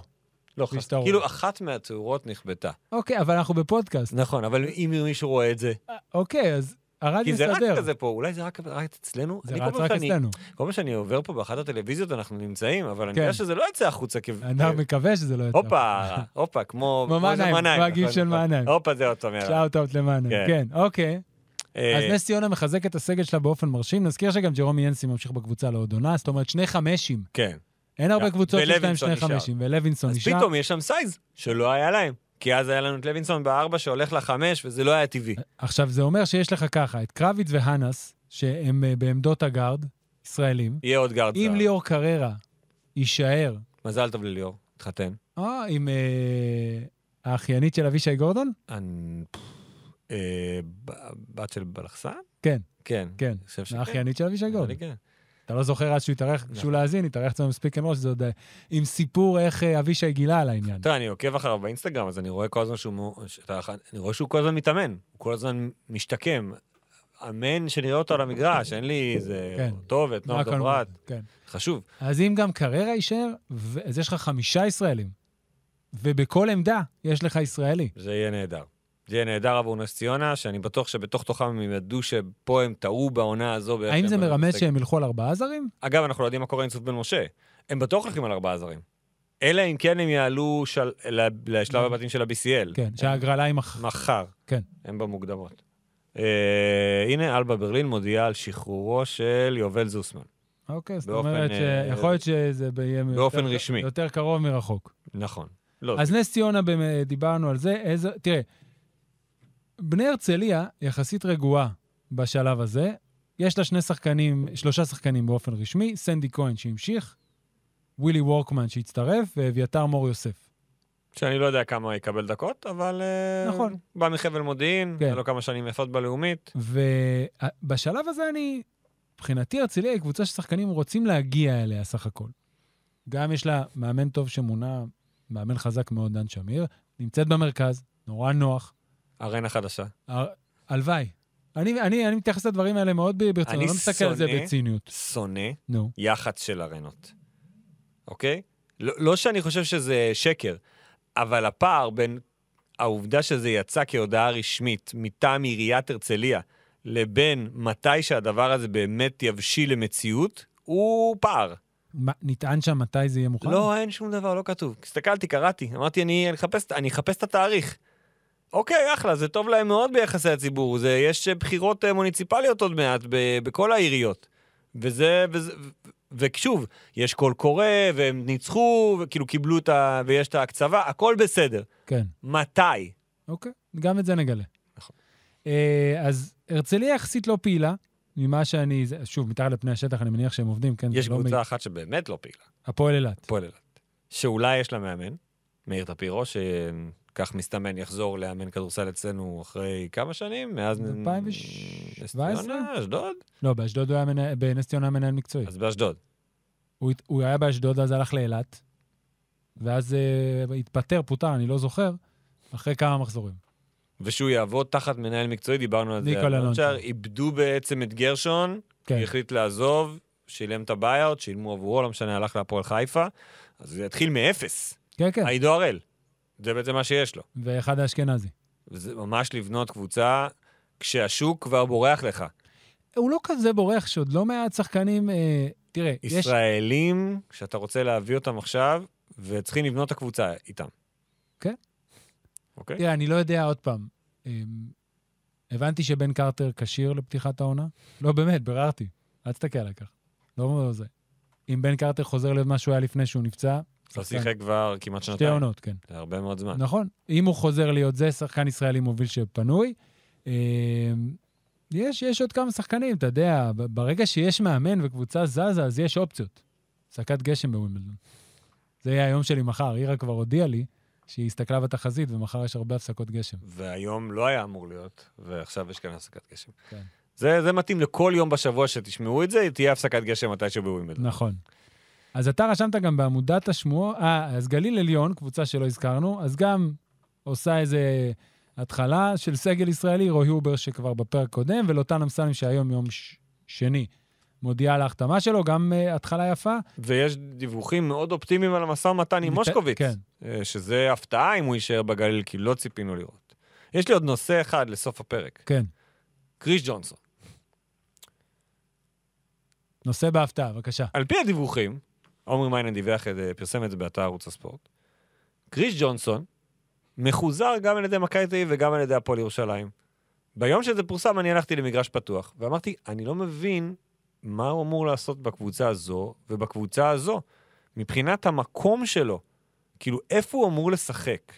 S3: לא, חס-
S2: בשטרות.
S3: כאילו אחת מהתאורות נכבתה.
S2: אוקיי, אבל אנחנו בפודקאסט.
S3: נכון, אבל אם מישהו רואה את זה,
S2: אוקיי, אז הרדיו
S3: כי זה רץ
S2: מסדר.
S3: כזה פה, אולי זה רק רק אצלנו?
S2: זה
S3: אני כל
S2: רץ
S3: פעם
S2: רק
S3: שאני-
S2: אצלנו.
S3: כל פעם שאני עובר פה באחת הטלוויזיות אנחנו נמצאים, אבל אני
S2: כן.
S3: יודע שזה לא יצא החוצה כ...
S2: אנחנו מקווה שזה לא יצא.
S3: הופה, הופה, כמו...
S2: כמו
S3: איזה
S2: מנהיים, כמו הגיב
S3: נכון,
S2: של
S3: נכון.
S2: מנהיים.
S3: הופה, זה אותו מראה.
S2: שאוט-אוט למענם,
S3: כן.
S2: כן, אוקיי. אז
S3: אה,
S2: נס ציונה מחזק את הסגל שלה באופן מרשים. נזכיר שגם ג'רומי ינסי ממשיך בקבוצה לעוד עונה, זאת אומרת שני חמשים.
S3: כן.
S2: אין הרבה
S3: יא,
S2: קבוצות שיש להם
S3: ולוינסון
S2: שני
S3: נשאר.
S2: חמישים, ולוינסון
S3: אז
S2: לא נשאר.
S3: פתאום יש שם סייז שלא היה להם. כי אז היה לנו את לוינסון בארבע שהולך לחמש, וזה לא היה טבעי.
S2: עכשיו, זה אומר שיש לך ככה, את קרביץ והנס, שהם אה, בעמדות הגארד, ישראלים.
S3: יהיה עוד גארד
S2: אם
S3: זהב.
S2: ליאור קררה יישאר,
S3: מזל טוב לליאור, התחתן.
S2: אה, עם אה, האחיינית של אבישי גורדון?
S3: אני- אה, ב- בת של בלחסן?
S2: כן.
S3: כן.
S2: כן,
S3: אני חושב שכן.
S2: האחיינית של אבישי
S3: נראה
S2: גורדון.
S3: לי כן.
S2: אתה לא זוכר אז שהוא התארח, כשהוא
S3: נכון.
S2: להאזין, התארח אצלנו מספיק אמור, שזה עוד אה, עם סיפור איך אה, אבישי גילה על העניין.
S3: תראה, אני עוקב אחריו באינסטגרם, אז אני רואה כל הזמן שהוא... מו- שאתה אחד- אני רואה שהוא כל הזמן מתאמן, הוא כל הזמן משתקם. אמן שנראה אותו על המגרש, אין לי איזה...
S2: כן.
S3: טוב, את נועם
S2: רק על-
S3: דוברת,
S2: כן.
S3: חשוב.
S2: אז אם גם קררה יישאר, ו- אז יש לך חמישה ישראלים. ובכל עמדה יש לך ישראלי.
S3: זה יהיה נהדר. זה יהיה נהדר עבור נס ציונה, שאני בטוח שבתוך תוכם הם ידעו שפה הם טעו בעונה הזו. באיך
S2: האם
S3: שהם
S2: זה
S3: בנו את
S2: מרמז
S3: הסגל.
S2: שהם ילכו על ארבעה זרים?
S3: אגב, אנחנו לא יודעים מה קורה עם צוף בן משה. הם בטוח הולכים על ארבעה זרים. אלא אם כן הם יעלו של... ל- לשלב הבתים של ה-BCL.
S2: כן, שההגרלה היא מח...
S3: מחר.
S2: כן.
S3: הם במוקדמות. אה, הנה, אלבה ברלין מודיעה על שחרורו של יובל זוסמן.
S2: אוקיי, זאת
S3: באופן,
S2: אומרת
S3: אה,
S2: שיכול להיות שזה ב- יהיה...
S3: באופן
S2: יותר-
S3: רשמי.
S2: יותר קרוב מרחוק.
S3: נכון. לא,
S2: אז נס ציונה, במ- דיברנו על זה. איזה... תראה, בני הרצליה יחסית רגועה בשלב הזה. יש לה שני שחקנים, שלושה שחקנים באופן רשמי, סנדי כהן שהמשיך, ווילי וורקמן שהצטרף, ואביתר מור יוסף.
S3: שאני לא יודע כמה יקבל דקות, אבל... אה,
S2: נכון.
S3: בא מחבל מודיעין,
S2: כן.
S3: היה לו כמה שנים יפות בלאומית.
S2: ובשלב הזה אני, מבחינתי הרצליה היא קבוצה ששחקנים רוצים להגיע אליה סך הכל. גם יש לה מאמן טוב שמונה, מאמן חזק מאוד, דן שמיר, נמצאת במרכז, נורא נוח.
S3: ארנה חדשה.
S2: הר- הלוואי. אני, אני, אני מתייחס לדברים האלה מאוד ב- ברצינות,
S3: אני
S2: אני לא מסתכל על זה
S3: שונא-
S2: בציניות.
S3: שונא
S2: נו.
S3: יח"צ של ארנות, אוקיי? לא, לא שאני חושב שזה שקר, אבל הפער בין העובדה שזה יצא כהודעה רשמית מטעם עיריית הרצליה, לבין מתי שהדבר הזה באמת יבשיל למציאות, הוא פער.
S2: מה, נטען שם מתי זה יהיה מוכן?
S3: לא, אין שום דבר, לא כתוב. הסתכלתי, קראתי, אמרתי, אני אחפש, אני אחפש את התאריך. אוקיי, אחלה, זה טוב להם מאוד ביחסי הציבור. זה, יש אה, בחירות אה, מוניציפליות עוד מעט ב, בכל העיריות. וזה, וזה, ו- ושוב, יש קול קורא, והם ניצחו, וכאילו קיבלו את ה... ויש את ההקצבה, הכל בסדר.
S2: כן.
S3: מתי?
S2: אוקיי, גם את זה נגלה.
S3: נכון.
S2: אה, אז הרצליה יחסית לא פעילה, ממה שאני, זה- שוב, מתחת לפני השטח, אני מניח שהם עובדים, כן? זה
S3: יש
S2: לא מ-
S3: קבוצה אחת שבאמת לא פעילה,
S2: הפועל אילת.
S3: הפועל אילת. שאולי יש לה מאמן, מאיר טפירו, שכך מסתמן יחזור לאמן כדורסל אצלנו אחרי כמה שנים? מאז...
S2: 2017?
S3: נס ציונה, אשדוד.
S2: לא, באשדוד הוא היה מנהל, בנס ציונה היה מנהל מקצועי.
S3: אז באשדוד.
S2: הוא, הת- הוא היה באשדוד, אז הלך לאילת, ואז uh, התפטר, פוטר, אני לא זוכר, אחרי כמה מחזורים.
S3: ושהוא יעבוד תחת מנהל מקצועי, דיברנו על זה.
S2: ניקולה
S3: אלון
S2: לונצ'ה.
S3: שער, איבדו בעצם את גרשון,
S2: כן.
S3: הוא החליט לעזוב, שילם את הבעיות, שילמו עבורו, לא משנה, הלך להפועל חיפה. אז זה התחיל מאפס,
S2: כן, כן,
S3: עידו הראל. זה בעצם מה שיש לו.
S2: ואחד האשכנזי.
S3: זה ממש לבנות קבוצה כשהשוק כבר בורח לך.
S2: הוא לא כזה בורח שעוד לא מעט שחקנים... אה, תראה, יש...
S3: ישראלים, שאתה רוצה להביא אותם עכשיו, וצריכים לבנות את הקבוצה איתם.
S2: כן.
S3: אוקיי?
S2: תראה, אני לא יודע עוד פעם. אה, הבנתי שבן קרטר כשיר לפתיחת העונה? לא, באמת, ביררתי. אל תסתכל על כך. לא זה. אם בן קרטר חוזר למה שהוא היה לפני שהוא נפצע,
S3: לא שיחק כבר כמעט
S2: כן. שתי
S3: שנתיים.
S2: עונות, כן.
S3: זה הרבה מאוד זמן.
S2: נכון. אם הוא חוזר להיות זה, שחקן ישראלי מוביל שפנוי. אה, יש, יש עוד כמה שחקנים, אתה יודע, ב- ברגע שיש מאמן וקבוצה זזה, אז יש אופציות. הפסקת גשם בווימבלדון. זה יהיה היום שלי מחר. אירה כבר הודיעה לי שהיא הסתכלה בתחזית, ומחר יש הרבה הפסקות גשם.
S3: והיום לא היה אמור להיות, ועכשיו יש כאן הפסקת גשם.
S2: כן.
S3: זה, זה מתאים לכל יום בשבוע שתשמעו את זה, תהיה הפסקת גשם מתישהו בווימבלדון.
S2: נכון. אז אתה רשמת גם בעמודת השמועות, אה, אז גליל עליון, קבוצה שלא הזכרנו, אז גם עושה איזה התחלה של סגל ישראלי, רועי הובר שכבר בפרק קודם, ולוטן אמסלם שהיום יום ש... שני מודיע על ההחתמה שלו, גם אה, התחלה יפה.
S3: ויש דיווחים מאוד אופטימיים על המשא ומתן עם
S2: מת-
S3: מושקוביץ,
S2: כן.
S3: אה, שזה הפתעה אם הוא יישאר בגליל, כי לא ציפינו לראות. יש לי עוד נושא אחד לסוף הפרק,
S2: כן,
S3: קריש ג'ונסון.
S2: נושא בהפתעה, בבקשה.
S3: על פי הדיווחים, עומרי מיינן דיווח, את זה, פרסם את זה באתר ערוץ הספורט, קריש ג'ונסון מחוזר גם על ידי מכבי תל אביב וגם על ידי הפועל ירושלים. ביום שזה פורסם אני הלכתי למגרש פתוח, ואמרתי, אני לא מבין מה הוא אמור לעשות בקבוצה הזו ובקבוצה הזו, מבחינת המקום שלו. כאילו, איפה הוא אמור לשחק?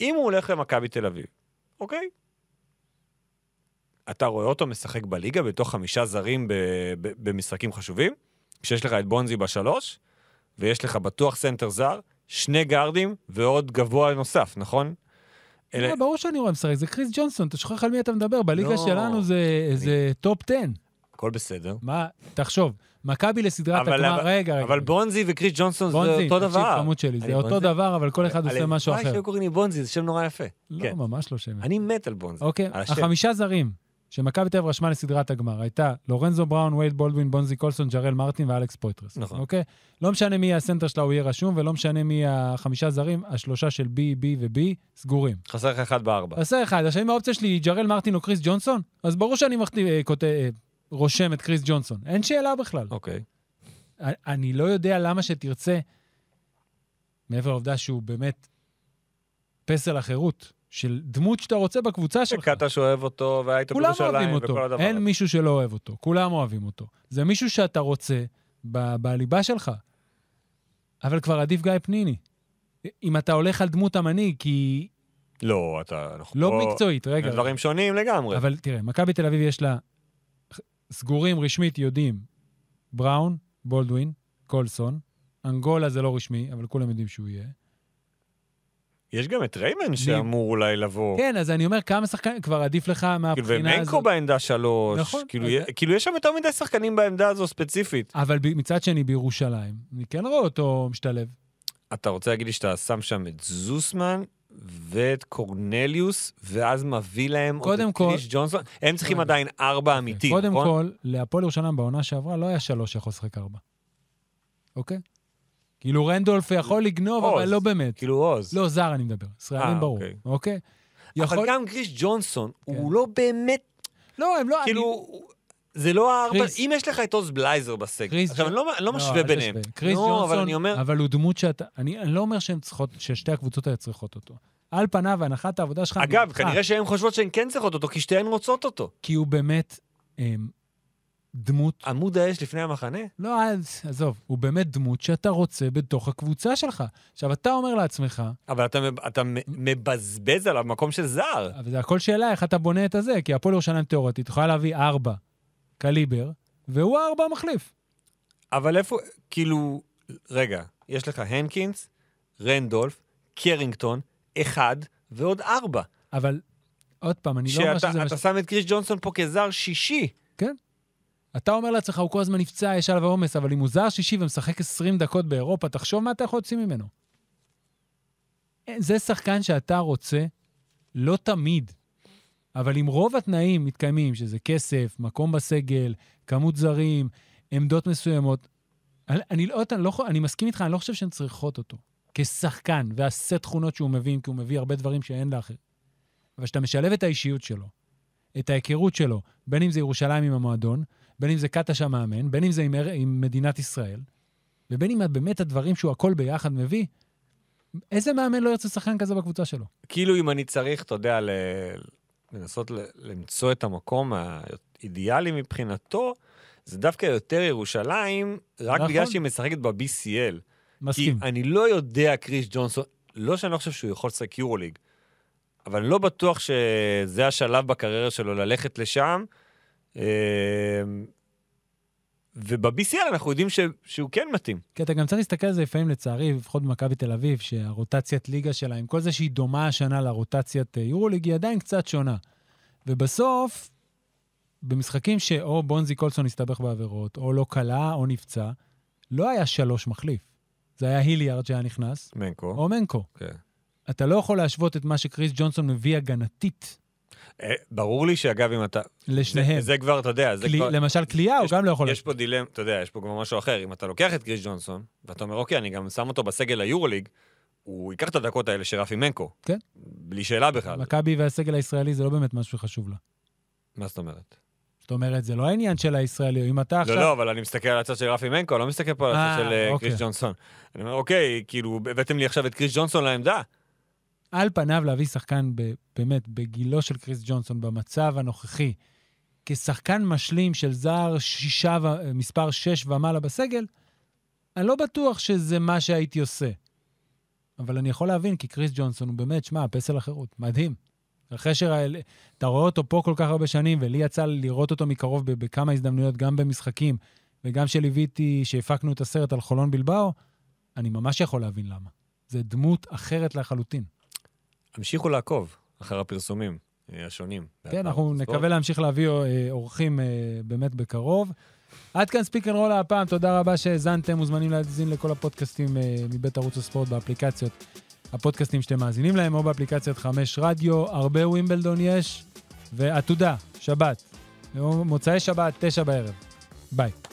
S3: אם הוא הולך למכבי תל אביב, אוקיי? אתה רואה אותו משחק בליגה בתוך חמישה זרים ב- ב- במשחקים חשובים? כשיש לך את בונזי בשלוש, ויש לך בטוח סנטר זר, שני גארדים ועוד גבוה נוסף, נכון? אלה,
S2: אה, ברור שאני רואה משחק, זה קריס ג'ונסון, אתה שוכח על מי אתה מדבר, בליגה
S3: לא.
S2: שלנו זה- זה טופ 10.
S3: הכל בסדר.
S2: מה, תחשוב, מכבי לסדרת
S3: אבל-
S2: הגמר,
S3: אבל-
S2: רגע, רגע.
S3: אבל בונזי וקריס ג'ונסון זה
S2: בונזי,
S3: אותו
S2: תקשיב,
S3: דבר.
S2: חמוד שלי,
S3: אני
S2: זה אותו
S3: בונזי?
S2: דבר, אבל כל אחד עושה
S3: הלוואי
S2: משהו אחר.
S3: שהיו קוראים לי בונזי, זה שם נורא יפה.
S2: לא,
S3: כן.
S2: ממש לא שמן.
S3: אני מת על בונזי.
S2: אוקיי,
S3: על השם.
S2: החמישה זרים שמכבי תל אביב רשמה לסדרת הגמר הייתה לורנזו בראון, וייד בולדווין, בונזי קולסון, ג'רל מרטין ואלכס פויטרס.
S3: נכון.
S2: אוקיי? לא משנה מי יהיה הסנטר שלה, הוא יהיה רשום, ולא משנה מי החמישה זרים, השלושה של בי, בי ובי סגורים.
S3: חסר לך אחד בארבע.
S2: עשה אחד, עכשיו אם האופציה שלי היא ג'רל מרטין או קריס ג'ונסון, אז ברור שאני מכתיב, אה, כות- אה, רושם את קריס ג'ונסון. אין שאלה בכלל.
S3: אוקיי.
S2: אני- אני לא יודע למה שתרצה, מעבר לעובדה שהוא באמת פסל החירות של דמות שאתה רוצה
S3: כן,
S2: בקבוצה שלך.
S3: שקטע שאוהב אותו, והיה איתו
S2: כולם
S3: בירושלים,
S2: אוהבים
S3: וכל
S2: אותו,
S3: הדבר.
S2: אין
S3: הזה.
S2: מישהו שלא אוהב אותו, כולם אוהבים אותו. זה מישהו שאתה רוצה ב- בליבה שלך. אבל כבר עדיף גיא פניני. אם אתה הולך על דמות המנהיג, כי
S3: לא, אתה... אנחנו
S2: לא
S3: פה-
S2: מקצועית, רגע.
S3: דברים שונים לגמרי.
S2: אבל תראה, מכבי תל אביב יש לה סגורים רשמית, יודעים, בראון, בולדווין, קולסון, אנגולה זה לא רשמי, אבל כולם יודעים שהוא יהיה.
S3: יש גם את ריימן שאמור אולי לבוא.
S2: כן, אז אני אומר, כמה שחקנים, כבר עדיף לך
S3: כאילו,
S2: מהבחינה
S3: ומנקו
S2: הזאת.
S3: בעמדה שלוש.
S2: נכון,
S3: כאילו,
S2: אז-
S3: יה- כאילו, יש שם יותר מדי שחקנים בעמדה הזו ספציפית.
S2: אבל ב- מצד שני, בירושלים, אני כן רואה אותו משתלב.
S3: אתה רוצה להגיד לי שאתה שם שם את זוסמן ואת קורנליוס, ואז מביא להם עוד
S2: קודם
S3: את
S2: כל-
S3: קריש ג'ונסון? הם צריכים
S2: רגע.
S3: עדיין ארבע אמיתי, נכון?
S2: קודם כל, להפועל ירושלים בעונה שעברה לא היה שלוש שיכול לשחק ארבע. אוקיי? כאילו רנדולף יכול לגנוב, אבל
S3: עוז.
S2: לא באמת.
S3: כאילו עוז.
S2: לא, זר אני מדבר, ישראלים
S3: אה,
S2: ברור,
S3: אוקיי.
S2: אוקיי?
S3: אבל
S2: יכול...
S3: גם קריש ג'ונסון,
S2: כן.
S3: הוא לא באמת,
S2: לא, הם לא... אני-
S3: כאילו, זה לא הארבע,
S2: קריס-
S3: אם יש לך את עוז בלייזר בסגל,
S2: קריס
S3: עכשיו אני לא- אני לא
S2: אל
S3: משווה
S2: תשווה.
S3: ביניהם.
S2: קריס
S3: לא,
S2: ג'ונסון,
S3: אבל אני אומר,
S2: אבל הוא דמות שאתה... אני אני לא אומר שהן צריכות, ששתי הקבוצות האלה צריכות אותו. על פניו, הנחת העבודה שלך...
S3: אגב,
S2: נמוכה,
S3: כנראה שהן חושבות שהן כן צריכות אותו, כי שתיהן רוצות אותו.
S2: כי הוא באמת אמ, דמות...
S3: עמוד האש לפני המחנה?
S2: לא, אז- עזוב, הוא באמת דמות שאתה רוצה בתוך הקבוצה שלך. עכשיו, אתה אומר לעצמך,
S3: אבל אתה מב- אתה מ- מבזבז עליו מקום של זר.
S2: אבל זה הכל שאלה איך אתה בונה את הזה, כי הפועל ירושלים תיאורטית יכולה להביא ארבע קליבר, והוא הארבע המחליף.
S3: אבל איפה, כאילו, רגע, יש לך הנקינס, רנדולף, קרינגטון, אחד ועוד ארבע.
S2: אבל עוד פעם, אני לא אומר שזה...
S3: שאתה
S2: מש-
S3: אתה שם את קריס ג'ונסון פה כזר שישי.
S2: אתה אומר לעצמך, הוא כל הזמן נפצע, יש עליו עומס, אבל אם הוא זר שישי ומשחק 20 דקות באירופה, תחשוב מה אתה יכול להוציא ממנו. אין, זה שחקן שאתה רוצה, לא תמיד, אבל אם רוב התנאים מתקיימים, שזה כסף, מקום בסגל, כמות זרים, עמדות מסוימות, אני, אני, לא, אני, לא, חו- אני מסכים איתך, אני לא חושב שהן צריכות אותו כשחקן, והסט תכונות שהוא מביא, כי הוא מביא הרבה דברים שאין לאחר. אבל כשאתה משלב את האישיות שלו, את ההיכרות שלו, בין אם זה ירושלים עם המועדון, בין אם זה קטש המאמן, בין אם זה עם, אר- עם מדינת ישראל, ובין אם באמת הדברים שהוא הכל ביחד מביא, איזה מאמן לא ירצה שחקן כזה בקבוצה שלו?
S3: כאילו אם אני צריך, אתה יודע, ל... לנסות ל... למצוא את המקום האידיאלי מבחינתו, זה דווקא יותר ירושלים, רק
S2: נכון.
S3: בגלל שהיא משחקת ב-BCL. כי
S2: מסכים.
S3: אני לא יודע, קריס ג'ונסון, לא שאני לא חושב שהוא יכול לשחק יורוליג, אבל אני לא בטוח שזה השלב בקריירה שלו ללכת לשם. אמ, וב-BCL אנחנו יודעים ש... שהוא כן מתאים.
S2: כי אתה גם צריך להסתכל על זה לפעמים, לצערי, לפחות במכבי תל אביב, שהרוטציית ליגה שלה, עם כל זה שהיא דומה השנה לרוטציית אה, יורוליג, היא עדיין קצת שונה. ובסוף, במשחקים שאו בונזי קולסון הסתבך בעבירות, או לא כלה, או נפצע, לא היה שלוש מחליף. זה היה היליארד שהיה נכנס,
S3: מנקו.
S2: או מנקו.
S3: כן.
S2: אתה לא יכול להשוות את מה שקריס ג'ונסון מביא הגנתית
S3: אה, ברור לי שאגב, אם אתה...
S2: לשניהם.
S3: זה, זה כבר, אתה יודע, זה
S2: כלי-
S3: כבר...
S2: למשל קליעה, הוא
S3: יש-
S2: גם לא יכול...
S3: יש פה דילם, אתה יודע, יש פה גם משהו אחר. אם אתה לוקח את קריס ג'ונסון, ואתה אומר, אוקיי, אני גם שם אותו בסגל היורוליג, הוא ייקח את הדקות האלה של רפי מנקו.
S2: כן.
S3: בלי שאלה בכלל.
S2: מכבי והסגל הישראלי זה לא באמת משהו שחשוב לה.
S3: מה זאת אומרת?
S2: זאת אומרת, זה לא העניין של הישראלי. אם אתה
S3: לא,
S2: עכשיו...
S3: לא, אבל אני מסתכל על הצד של רפי מנקו, אני לא מסתכל פה על
S2: אה,
S3: הצד של אה,
S2: אוקיי.
S3: קריס ג'ונסון. אני אומר, אוקיי, כאילו, הבאתם לי עכשיו את קריס ג'ונסון לעמדה.
S2: על פניו להביא שחקן ב, באמת בגילו של קריס ג'ונסון במצב הנוכחי, כשחקן משלים של זר שישה, ו- מספר שש ומעלה בסגל, אני לא בטוח שזה מה שהייתי עושה. אבל אני יכול להבין, כי קריס ג'ונסון הוא באמת, שמע, פסל החירות, מדהים. החשר, האל- אתה רואה אותו פה כל כך הרבה שנים, ולי יצא לראות אותו מקרוב ב- בכמה הזדמנויות, גם במשחקים, וגם כשליוויתי, שהפקנו את הסרט על חולון בלבאו, אני ממש יכול להבין למה. זה דמות אחרת לחלוטין.
S3: המשיכו לעקוב אחר הפרסומים אה, השונים.
S2: כן,
S3: באתר
S2: אנחנו
S3: הספורט.
S2: נקווה להמשיך להביא אה, אורחים אה, באמת בקרוב. עד כאן ספיק אנד רול הפעם, תודה רבה שהאזנתם, מוזמנים להאזין לכל הפודקאסטים אה, מבית ערוץ הספורט באפליקציות, הפודקאסטים שאתם מאזינים להם, או באפליקציית חמש רדיו, הרבה ווימבלדון יש, ועתודה, שבת, מוצאי שבת, תשע בערב. ביי.